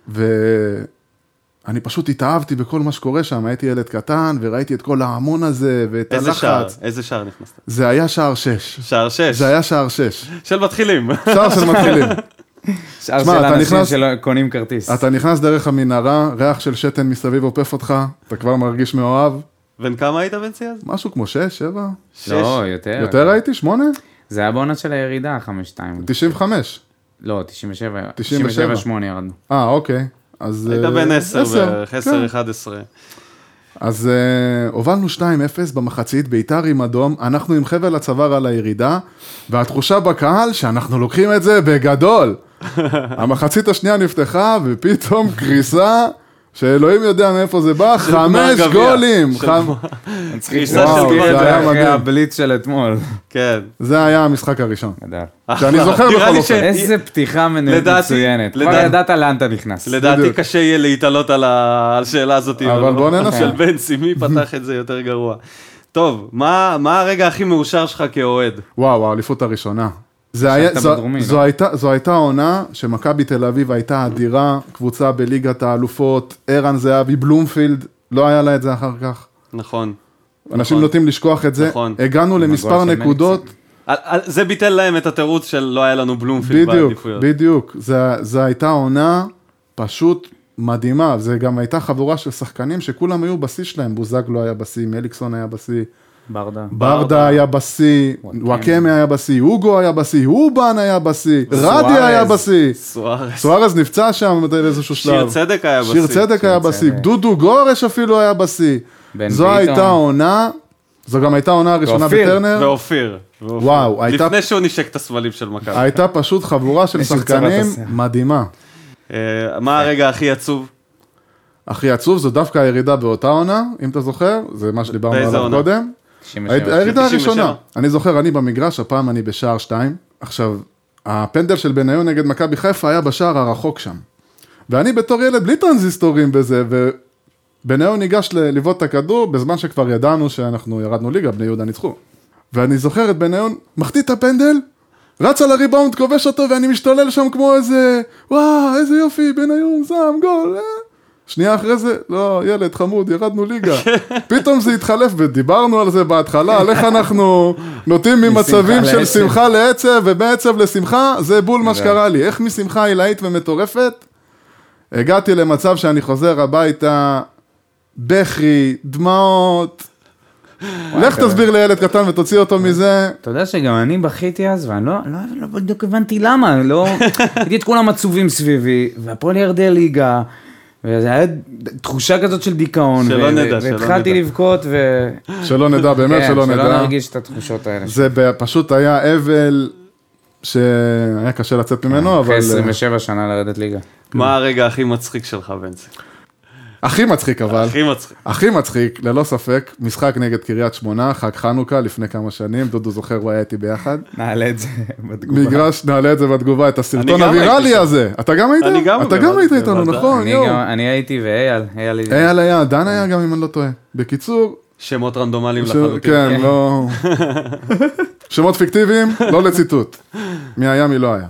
ואני פשוט התאהבתי בכל מה שקורה שם, הייתי ילד קטן, וראיתי את כל ההמון הזה, ואת
איזה שער?
הלחץ.
איזה שער נכנסת?
זה היה שער 6.
שער שש.
זה היה שער 6.
של
[laughs]
מתחילים.
שער של
[laughs]
מתחילים.
שאר
שמע,
של
אתה
אנשים
נכנס-
שלא קונים כרטיס.
אתה נכנס דרך המנהרה, ריח של שתן מסביב עופף אותך, אתה כבר מרגיש מאוהב,
בן כמה היית בנצי אז?
משהו כמו 6, 7?
שש.
לא, יותר.
כן.
יותר הייתי? 8?
זה היה בעונה של הירידה, 5-2.
95.
לא, 97.
97.
97-8 ירדנו.
אה, אוקיי. אז...
היית
אה,
בן עשר
עשר,
בערך,
כן.
עשר, אחד עשרה.
אז uh, הובלנו 2-0 במחצית, ביתר עם אדום, אנחנו עם חבל הצוואר על הירידה, והתחושה בקהל שאנחנו לוקחים את זה בגדול. המחצית השנייה נפתחה, ופתאום קריסה, שאלוהים יודע מאיפה זה בא, חמש
גמר גביע.
גולים.
של
חמ...
מצחיק
וואו,
להזכיר
זה
את
היה
זה אחרי
מדהים.
הבליץ של אתמול.
כן.
זה היה המשחק הראשון.
גדל.
שאני זוכר
נראה
בכל
לי
אופן.
ש-
איזה פתיחה מנ-
כן, אה, לדעתי-
מצוינת. כבר
לדעתי-
ידעת לאן אתה נכנס.
לדעתי
בדיוק.
קשה יהיה להתעלות על ה- על השאלה הזאת.
אבל בוא ננסה.
של בן סימי פתח את זה יותר גרוע. טוב, מה מה הרגע הכי מאושר שלך כאוהד?
וואו, האליפות הראשונה. זה היה, זו,
בדרומי,
זו,
לא?
הייתה, זו הייתה עונה שמכבי תל אביב הייתה אדירה, קבוצה בליגת האלופות, ערן זהבי, בלומפילד, לא היה לה את זה אחר כך.
נכון.
אנשים
נכון.
נוטים לשכוח את זה.
נכון.
הגענו למספר
של מליקסון.
נקודות,
על- על- זה ביטל להם את התירוץ של לא היה לנו בלומפילד
בדיוק,
בעדיפויות.
בדיוק. זה- זו הייתה עונה פשוט מדהימה, זה גם הייתה חבורה של שחקנים שכולם היו בשיא שלהם, בוזגלו היה בשיא, מליקסון היה בשיא,
ברדה.
ברדה היה בשיא, וואקמה היה בשיא, הוגו היה בשיא, אובן היה בשיא, רדי היה
סוארז.
בשיא.
סוארס.
סוארז נפצע שם באיזשהו
שיר
שלב.
צדק היה בשיא.
שיר צדק היה בשיא,
צדק.
דודו גורש אפילו היה בשיא.
בן
זו
ביטון.
הייתה עונה, זו גם הייתה העונה הראשונה
ואופיר.
בטרנר.
ואופיר. ואופיר.
וואו, הייתה-
לפני שהוא נשק את הסמלים של מכבי.
הייתה פשוט חבורה של
מישהו קצר את
שחקנים
השיער.
מדהימה.
אה, מה הרגע הכי עצוב?
הכי עצוב זו דווקא הירידה באותה עונה, אם אתה זוכר, זה מה שדיברנו
באיזה
עליו
עונה?
קודם.
97.
היית- הירידה
97.
הראשונה, אני זוכר, אני במגרש, הפעם אני בשער 2. עכשיו, הפנדל של בניון נגד מכבי חיפה היה בשער הרחוק שם. ואני בתור ילד בלי טרנזיסטורים בזה, ובניון ניגש ל- לבעוט את הכדור, בזמן שכבר ידענו שאנחנו ירדנו ליגה, בני יהודה ניצחו. ואני זוכר את בניון מחטיא את הפנדל, רץ על הריבאונד, כובש אותו, ואני משתולל שם כמו איזה, וואו, איזה יופי, בניון, זעם, גול, אה? שנייה אחרי זה, לא, ילד חמוד, ירדנו ליגה. פתאום זה התחלף, ודיברנו על זה בהתחלה, על איך אנחנו נוטים ממצבים
משמחה
של
לעצב.
שמחה לעצב ומעצב לשמחה, זה בול מה שקרה לי. איך משמחה עילאית ומטורפת, הגעתי למצב שאני חוזר הביתה, בכי, דמעות. לך
חבר'ה.
תסביר לילד קטן ותוציא אותו מזה.
אתה יודע שגם אני בכיתי אז, ואני לא, לא, לא בדיוק הבנתי למה,
[laughs]
אני לא... הייתי את כולם עצובים סביבי, והפועל ירדה ליגה, וזה היה תחושה כזאת של דיכאון.
שלא
ו-
נדע,
ו-
שלא
והתחלתי
נדע.
לבכות, ו...
שלא נדע, באמת
כן,
שלא
שלא
נדע.
נרגיש את התחושות האלה.
זה ב- פשוט היה אבל שהיה קשה לצאת ממנו, אבל...
אה,
אה,
אחרי 27 שנה לרדת ליגה.
כן.
מה הרגע הכי מצחיק שלך, בנצי?
הכי מצחיק אבל.
הכי מצחיק.
הכי מצחיק, ללא ספק, משחק נגד קריית שמונה, חג חנוכה לפני כמה שנים, דודו זוכר, הוא היה איתי ביחד.
נעלה את זה [laughs] בתגובה.
מגרש, נעלה את זה בתגובה, את הסרטון
גם הייתי
הוויראלי
שם.
הזה. אתה גם היית?
אני גם כן,
אתה
בוודאי,
גם היית איתנו,
בוודאי.
נכון,
אני
יואו.
גם- אני הייתי ואייל, אייל ידידי.
אייל היה, דן היה גם, אם אני לא טועה. בקיצור,
שמות רנדומליים
ש-
לחלוטין.
כן,
[laughs]
לא... שמות פיקטיביים, לא לציטוט. מי היה, מי לא היה.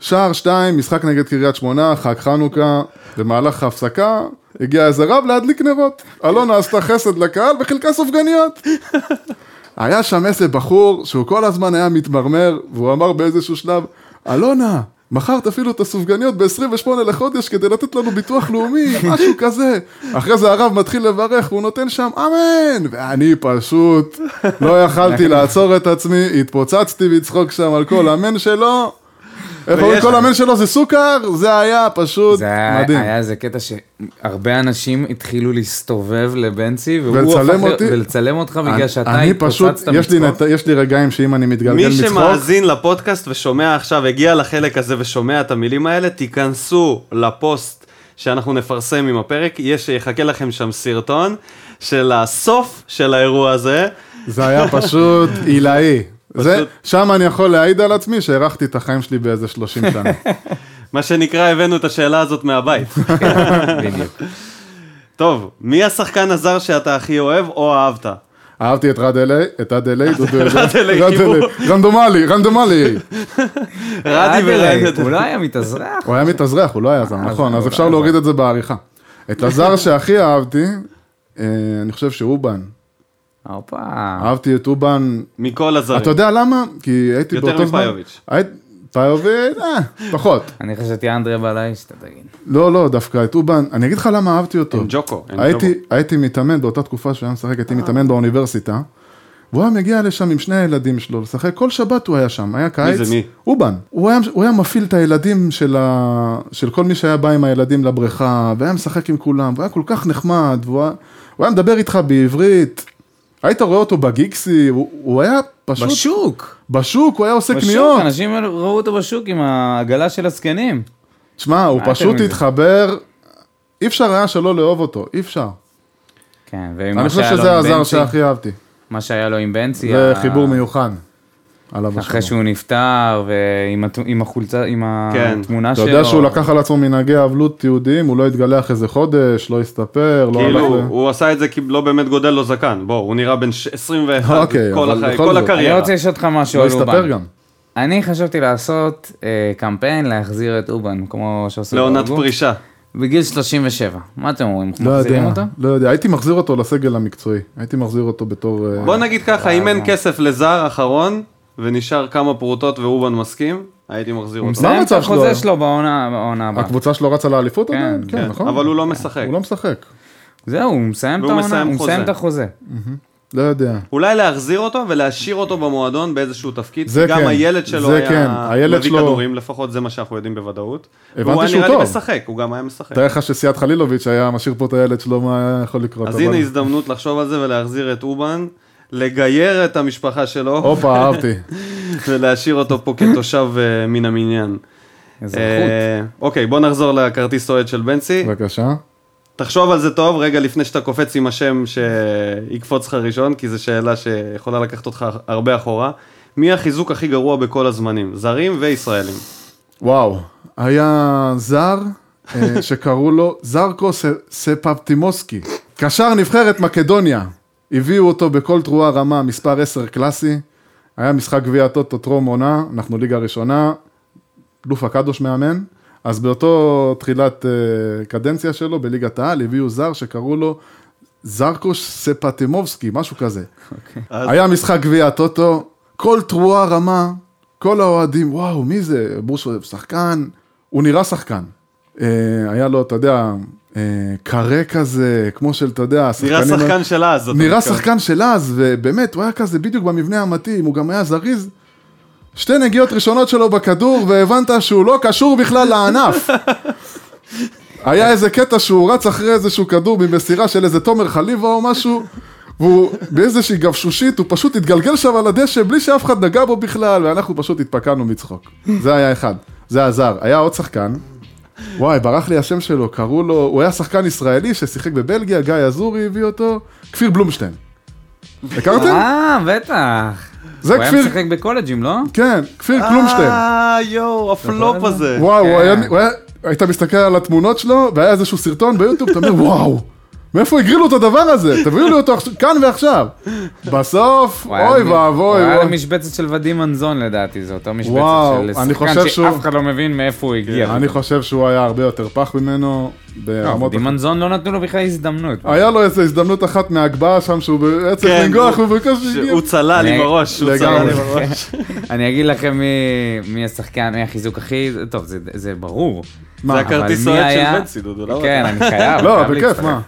שער שתיים, משחק נגד קריית שמונה, חג חנוכה, במהלך ההפסקה, הגיע איזה רב להדליק נרות. אלונה עשתה חסד לקהל וחילקה סופגניות. היה שם איזה בחור שהוא כל הזמן היה מתמרמר, והוא אמר באיזשהו שלב, אלונה, מחר תפעילו את הסופגניות ב-28 לחודש כדי לתת לנו ביטוח לאומי,
[laughs]
משהו כזה. אחרי זה הרב מתחיל לברך, הוא נותן שם אמן, ואני פשוט לא יכלתי לעצור את עצמי, התפוצצתי מצחוק שם על כל אמן שלו. איך אומרים כל אמן שלו זה סוכר? זה היה פשוט
זה היה,
מדהים.
היה איזה קטע שהרבה אנשים התחילו להסתובב לבנצי, והוא
ולצלם
הפך ל-
אותי.
ולצלם אותך בגלל שאתה
אני פשוט,
התפוצצת
יש לי
מצחוק.
נת- יש לי רגעים שאם אני מתגלגל
מי
מצחוק,
שמאזין לפודקאסט ושומע עכשיו, הגיע לחלק הזה ושומע את המילים האלה, תיכנסו לפוסט שאנחנו נפרסם עם הפרק, יש, יחכה לכם שם סרטון של הסוף של האירוע הזה.
זה היה פשוט עילאי. זה, שם אני יכול להעיד על עצמי שהארכתי את החיים שלי באיזה 30 [laughs] שנה.
מה שנקרא, הבאנו את השאלה הזאת
[laughs]
מהבית.
בדיוק.
טוב, מי השחקן הזר שאתה הכי אוהב או אהבת?
אהבתי את רד אלי, את עד אלי, [laughs] דודו יודע.
רד אלי,
רד
כאילו.
אלי. רנדומלי, רנדומלי.
רדי
אדלייד, הוא
ורד.
לא היה מתאזרח.
הוא היה מתאזרח, הוא לא היה זר, נכון, אז
הוא
אפשר
לא
להוריד את זה בעריכה. את הזר שהכי אהבתי, אה, אני חושב שאובן.
הופה.
אהבתי את אובן,
מכל
אתה
הזרים.
יודע למה? כי הייתי
יותר
באותו זמן...
מפאיוביץ'.
היית- פאיוביץ', אה, פחות.
אני חשבתי אנדרי בלייש, אתה תגיד.
לא, לא, דווקא את אובן, אני אגיד לך למה אהבתי אותו.
ג'וקו. אין
הייתי,
ג'וקו.
הייתי מתאמן באותה תקופה שהוא היה משחק, הייתי מתאמן באוניברסיטה, והוא היה מגיע לשם עם שני הילדים שלו לשחק, כל שבת הוא היה שם, היה קיץ.
זה מי?
אובן. הוא היה, הוא היה מפעיל את הילדים של, ה... של כל מי שהיה בא עם הילדים לבריכה, והיה משחק עם כולם, והיה כל כך נחמד, והוא היה, הוא היה מדבר איתך בעברית. היית רואה אותו בגיקסי, הוא, הוא היה פשוט...
בשוק.
בשוק, הוא היה עושה
בשוק,
קניות.
אנשים ראו אותו בשוק עם העגלה של הזקנים.
שמע, הוא
מה אתם
פשוט
מבינים?
התחבר, אי אפשר היה שלא לאהוב אותו, אי אפשר.
כן, ומה
אני חושב
שהיה לו
שזה
עם
הזר
בנצי-
שהכי אהבתי.
מה שהיה לו עם בנצי,
זה
ה-
חיבור מיוחד. על אבא
אחרי
שלו.
שהוא נפטר, ועם הת- עם החולצה, עם
כן.
התמונה
אתה
שלו.
יודע שהוא לקח על עצמו מנהגי אבלות יהודיים, הוא לא התגלח איזה חודש, לא הסתפר, לא
כאילו,
הלך ל...
הוא עשה את זה כי לא באמת גודל לו זקן. בוא, הוא נראה בן ש- 21
אוקיי,
כל
אבל
החיים,
בכל
כל
זאת.
הקריירה.
אני רוצה לשאול אותך משהו
לא
על אובן.
הסתפר גם.
אני חשבתי לעשות אה, קמפיין להחזיר את אובן, כמו שעושה
לעונת
ברוגו.
פרישה.
בגיל 37. מה אתם אומרים?
לא
מחזירים
יודע,
אותו?
לא יודע, הייתי מחזיר אותו לסגל המקצועי, הייתי מחזיר אותו בתור... אה,
בוא נגיד ככה, אם אין כסף לזר אחרון, ונשאר כמה פרוטות ואובן מסכים, הייתי מחזיר אותו.
מה
מסיים את
המצב שלו?
החוזה שלו בעונה בעונה הבאה.
הקבוצה שלו רצה לאליפות
כן,
עדיין?
כן,
כן, נכון.
אבל הוא לא משחק.
הוא לא משחק,
זהו, הוא מסיים את
והוא
העונה,
מסיים
הוא
חוזה.
מסיים את החוזה.
לא יודע.
אולי להחזיר אותו ולהשאיר אותו במועדון באיזשהו תפקיד.
זה
גם
כן,
הילד שלו
זה
היה
כן, הילד
מביא
שלו-
כדורים, לפחות זה מה שאנחנו יודעים בוודאות.
הבנתי
והוא היה
שהוא
נראה לי
טוב.
משחק, הוא גם היה משחק.
תאר לך שסיעת חלילוביץ' היה משאיר פה את הילד שלו, מה היה יכול לקרות?
אז
אבל-
הנה הזדמנות לחשוב על זה ולהחזיר את אובן, לגייר את המשפחה שלו
הופה, אהבתי.
[laughs] ולהשאיר אותו פה כתושב אה, מן המניין.
אזרחות.
אה, אוקיי, בוא נחזור לכרטיס אוהד של בנצי.
בבקשה.
תחשוב על זה טוב רגע לפני שאתה קופץ עם השם שיקפוץ לך ראשון, כי זו שאלה שיכולה לקחת אותך הרבה אחורה. מי החיזוק הכי גרוע בכל הזמנים? זרים וישראלים.
וואו, היה זר אה, שקראו לו זרקו ס- ספפטימוסקי. קשר נבחרת מקדוניה. הביאו אותו בכל תרועה רמה, מספר 10 קלאסי. היה משחק גביע הטוטו טרום עונה, אנחנו ליגה ראשונה, לופה קדוש מאמן. אז באותו תחילת אה, קדנציה שלו בליגת העל, הביאו זר שקראו לו זרקוש ספטימובסקי, משהו כזה.
אוקיי. אז-
היה משחק גביע הטוטו, כל תרועה רמה, כל האוהדים, וואו, מי זה? בורשו שחקן, הוא נראה שחקן. אה, היה לו, אתה יודע, אה, קרה כזה, כמו של, אתה יודע, השחקנים...
נראה שחקן של אז. אתה
נראה
מתכוון.
שחקן של אז, ובאמת, הוא היה כזה בדיוק במבנה המתאים, הוא גם היה זריז. שתי נגיעות ראשונות שלו בכדור, והבנת שהוא לא קשור בכלל לענף. היה איזה קטע שהוא רץ אחרי איזשהו כדור ממסירה של איזה תומר חליבה או משהו, והוא באיזושהי גבשושית, הוא פשוט התגלגל שם על הדשא בלי שאף אחד נגע בו בכלל, ואנחנו פשוט התפקענו מצחוק. זה היה אחד, זה הזר. היה עוד שחקן, וואי, ברח לי השם שלו, קראו לו, הוא היה שחקן ישראלי ששיחק בבלגיה, גיא אזורי הביא אותו, כפיר בלומשטיין. הכרתם?
אה, בטח.
זה
הוא היה
כפיר-
משחק בקולג'ים, לא?
כן, כפיר בלומשטיין.
אה, יואו, הפלופ הזה.
וואו, הוא היה-
כן.
הוא היה, היית מסתכל על התמונות שלו, והיה איזשהו סרטון ביוטיוב, אתה אומר, וואו, מאיפה הגרילו את הדבר הזה? תביאו לי אותו עכשיו- כאן ועכשיו. בסוף,
הוא היה
אוי
מ-
ואבוי,
הוא היה
אוי.
למשבצת של ודים אנזון לדעתי, זו אותה משבצת
וואו,
של
אני
שחקן
חושב שהוא-
שאף אחד לא מבין מאיפה הוא הגיע.
אני חושב שהוא היה הרבה יותר פח ממנו,
לא,
ברמות...
ודים אנזון לא נתנו לו בכלל הזדמנות.
היה לו איזו הזדמנות אחת מההגבהה שם, שהוא היה צריך
כן,
לנגוח,
הוא-
הוא בקושי הגיע.
שהוא צלל עם
אני-
הראש, הוא צלל
[laughs]
אה, לגמרי.
עם הראש.
כן. אני אגיד לכם מי- מי השחקן, מי החיזוק הכי... טוב, זה- זה ברור.
זה
אבל
הכרטיס
מי
אוהד
היה-
של בנצי, דודו, לא?
כן, אני חייב.
לא,
חייב
בכיף,
להצטרף.
מה?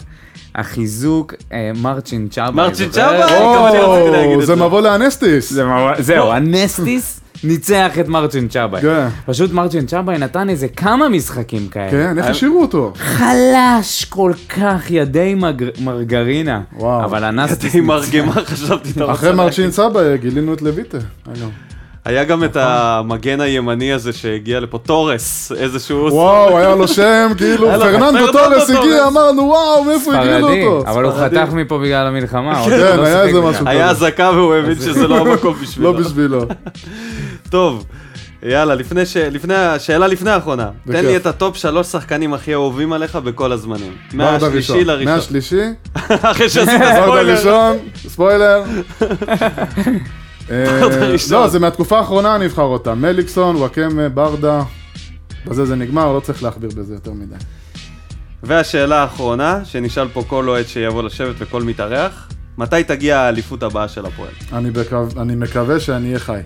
החיזוק, אה, מרצ'ין צ'אבה.
מרצ'ין
אני זוכר.
צ'אבה? גם אני רציתי להגיד
או,
את
זה
זה.
מבוא לאנסטיס.
זה ממש- זהו, הנסטיס ניצח את מרצ'ין צ'אבה.
כן.
פשוט מרצ'ין צ'אבה נתן איזה כמה משחקים כאלה.
כן, איך השאירו אותו?
לא חלש כל כך, ידי מגר- מרגרינה.
וואו.
אבל הנסטיס...
עם מרגמה [laughs] חשבתי אתה רוצה.
אחרי מרצ'ין סבא גילינו את לויטה. היום.
היה גם
נכון.
את המגן הימני הזה שהגיע לפה, תורס, איזשהו...
וואו, היה לו שם, כאילו,
היה לו-
פרננדו
פרננדו
טורס
טורס.
הגיע, אמרנו, וואו, מאיפה הגרילו
ספרדי,
אותו?
אבל הוא חתך מפה בגלל המלחמה. עוד
כן,
לא
היה
שיחק
איזה
בכלל.
משהו.
היה אזעקה והוא הבין שזה לא המקום בשבילו.
לא בשבילו.
טוב, יאללה, לפני ש... לפני... השאלה לפני האחרונה.
בכיף.
תן לי את הטופ שלוש שחקנים הכי אהובים עליך בכל הזמנים.
ברד הראשון.
מהשלישי לראשון.
מהשלישי,
[laughs] אחרי שעשית
ברד
ספוילר.
הראשון,
[laughs]
ספוילר. אה,
ברד הראשון.
לא, זה מהתקופה האחרונה אני אבחר אותם. מליקסון, וואקמה, ברדה. בזה זה נגמר, לא צריך להכביר בזה יותר מדי.
והשאלה האחרונה, שנשאל פה כל אוהד שיבוא לשבת וכל מתארח, מתי תגיע האליפות הבאה של הפועל?
אני בקו- אני מקווה שאני אהיה חי.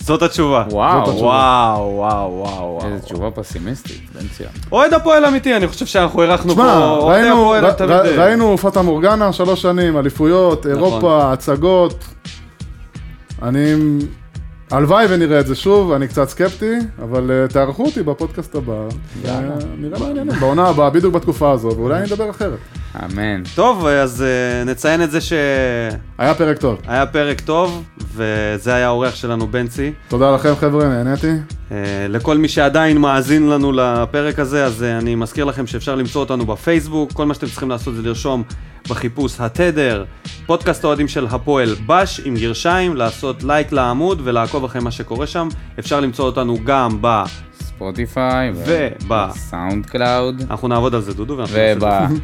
זאת התשובה.
וואו.
זאת התשובה. וואו, וואו, וואו, וואו.
אה.
איזו תשובה פסימיסטית, בן ציון.
אוהד הפועל אמיתי, אני חושב שאנחנו אירחנו פה...
תשמע,
אוהדי
ראינו,
הפועל
ר-
תמיד,
ר-
אה,
ראינו פטה מורגנה שלוש שנים, אליפויות,
נכון.
אירופה, הצגות. אני... הלוואי ונראה את זה שוב, אני קצת סקפטי, אבל אה, תערכו אותי בפודקאסט הבא, ונראה מה העניינים, בעונה הבאה, בדיוק בתקופה הזו, ואולי אני אדבר אחרת.
אמן.
טוב, אז אה, נציין את זה שהיה
היה פרק טוב.
פרק טוב, וזה היה האורח שלנו, בנצי.
תודה לכם חבר'ה, נהניתי.
אה, לכל מי שעדיין מאזין לנו לפרק הזה, אז אה, אני מזכיר לכם שאפשר למצוא אותנו בפייסבוק, כל מה שאתם צריכים לעשות זה לרשום בחיפוש התדר, פודקאסט האוהדים של הפועל בש עם גרשיים, לעשות לייק לעמוד ולעקוב אחרי מה שקורה שם. אפשר למצוא אותנו גם ב...
ספוטיפיי.
וב-
סאונד קלאוד.
אנחנו נעבוד על זה, דודו, ואנחנו נעשה את אה, לא, זה. לא נכון.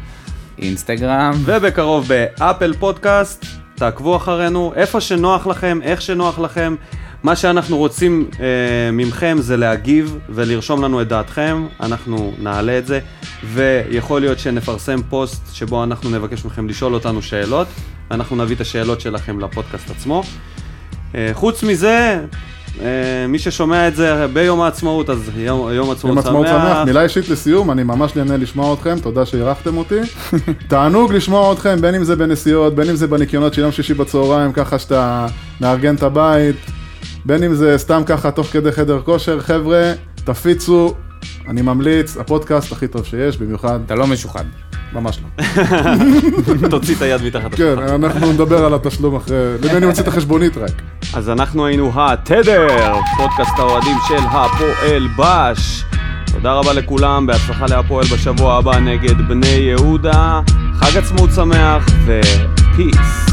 ובאינסטגרם.
ובקרוב באפל פודקאסט, תעקבו אחרינו, איפה שנוח לכם, איך שנוח לכם. מה שאנחנו רוצים אה, ממכם זה להגיב ולרשום לנו את דעתכם, אנחנו נעלה את זה, ויכול להיות שנפרסם פוסט שבו אנחנו נבקש מכם לשאול אותנו שאלות, ואנחנו נביא את השאלות שלכם לפודקאסט עצמו. אה, חוץ מזה, אה, מי ששומע את זה ביום העצמאות, אז יום, יום עצמאות
יום
שמח.
עצמאות שמח, מילה אישית לסיום, אני ממש נהנה לשמוע אתכם, תודה שאירחתם אותי. תענוג לשמוע אתכם, בין אם זה בנסיעות, בין אם זה בניקיונות של יום שישי בצהריים, ככה שאתה מארגן את הבית, בין אם זה סתם ככה תוך כדי חדר כושר, חבר'ה, תפיצו, אני ממליץ, הפודקאסט הכי טוב שיש, במיוחד,
אתה לא משוחד.
ממש לא.
[laughs] תוציא את היד מתחת.
כן, אנחנו נדבר על התשלום אחרי, למי נמציא את החשבונית רק.
אז אנחנו היינו התדר, פודקאסט האוהדים של הפועל בש. תודה רבה לכולם, בהצלחה להפועל בשבוע הבא נגד בני יהודה. חג עצמאות שמח ופיס.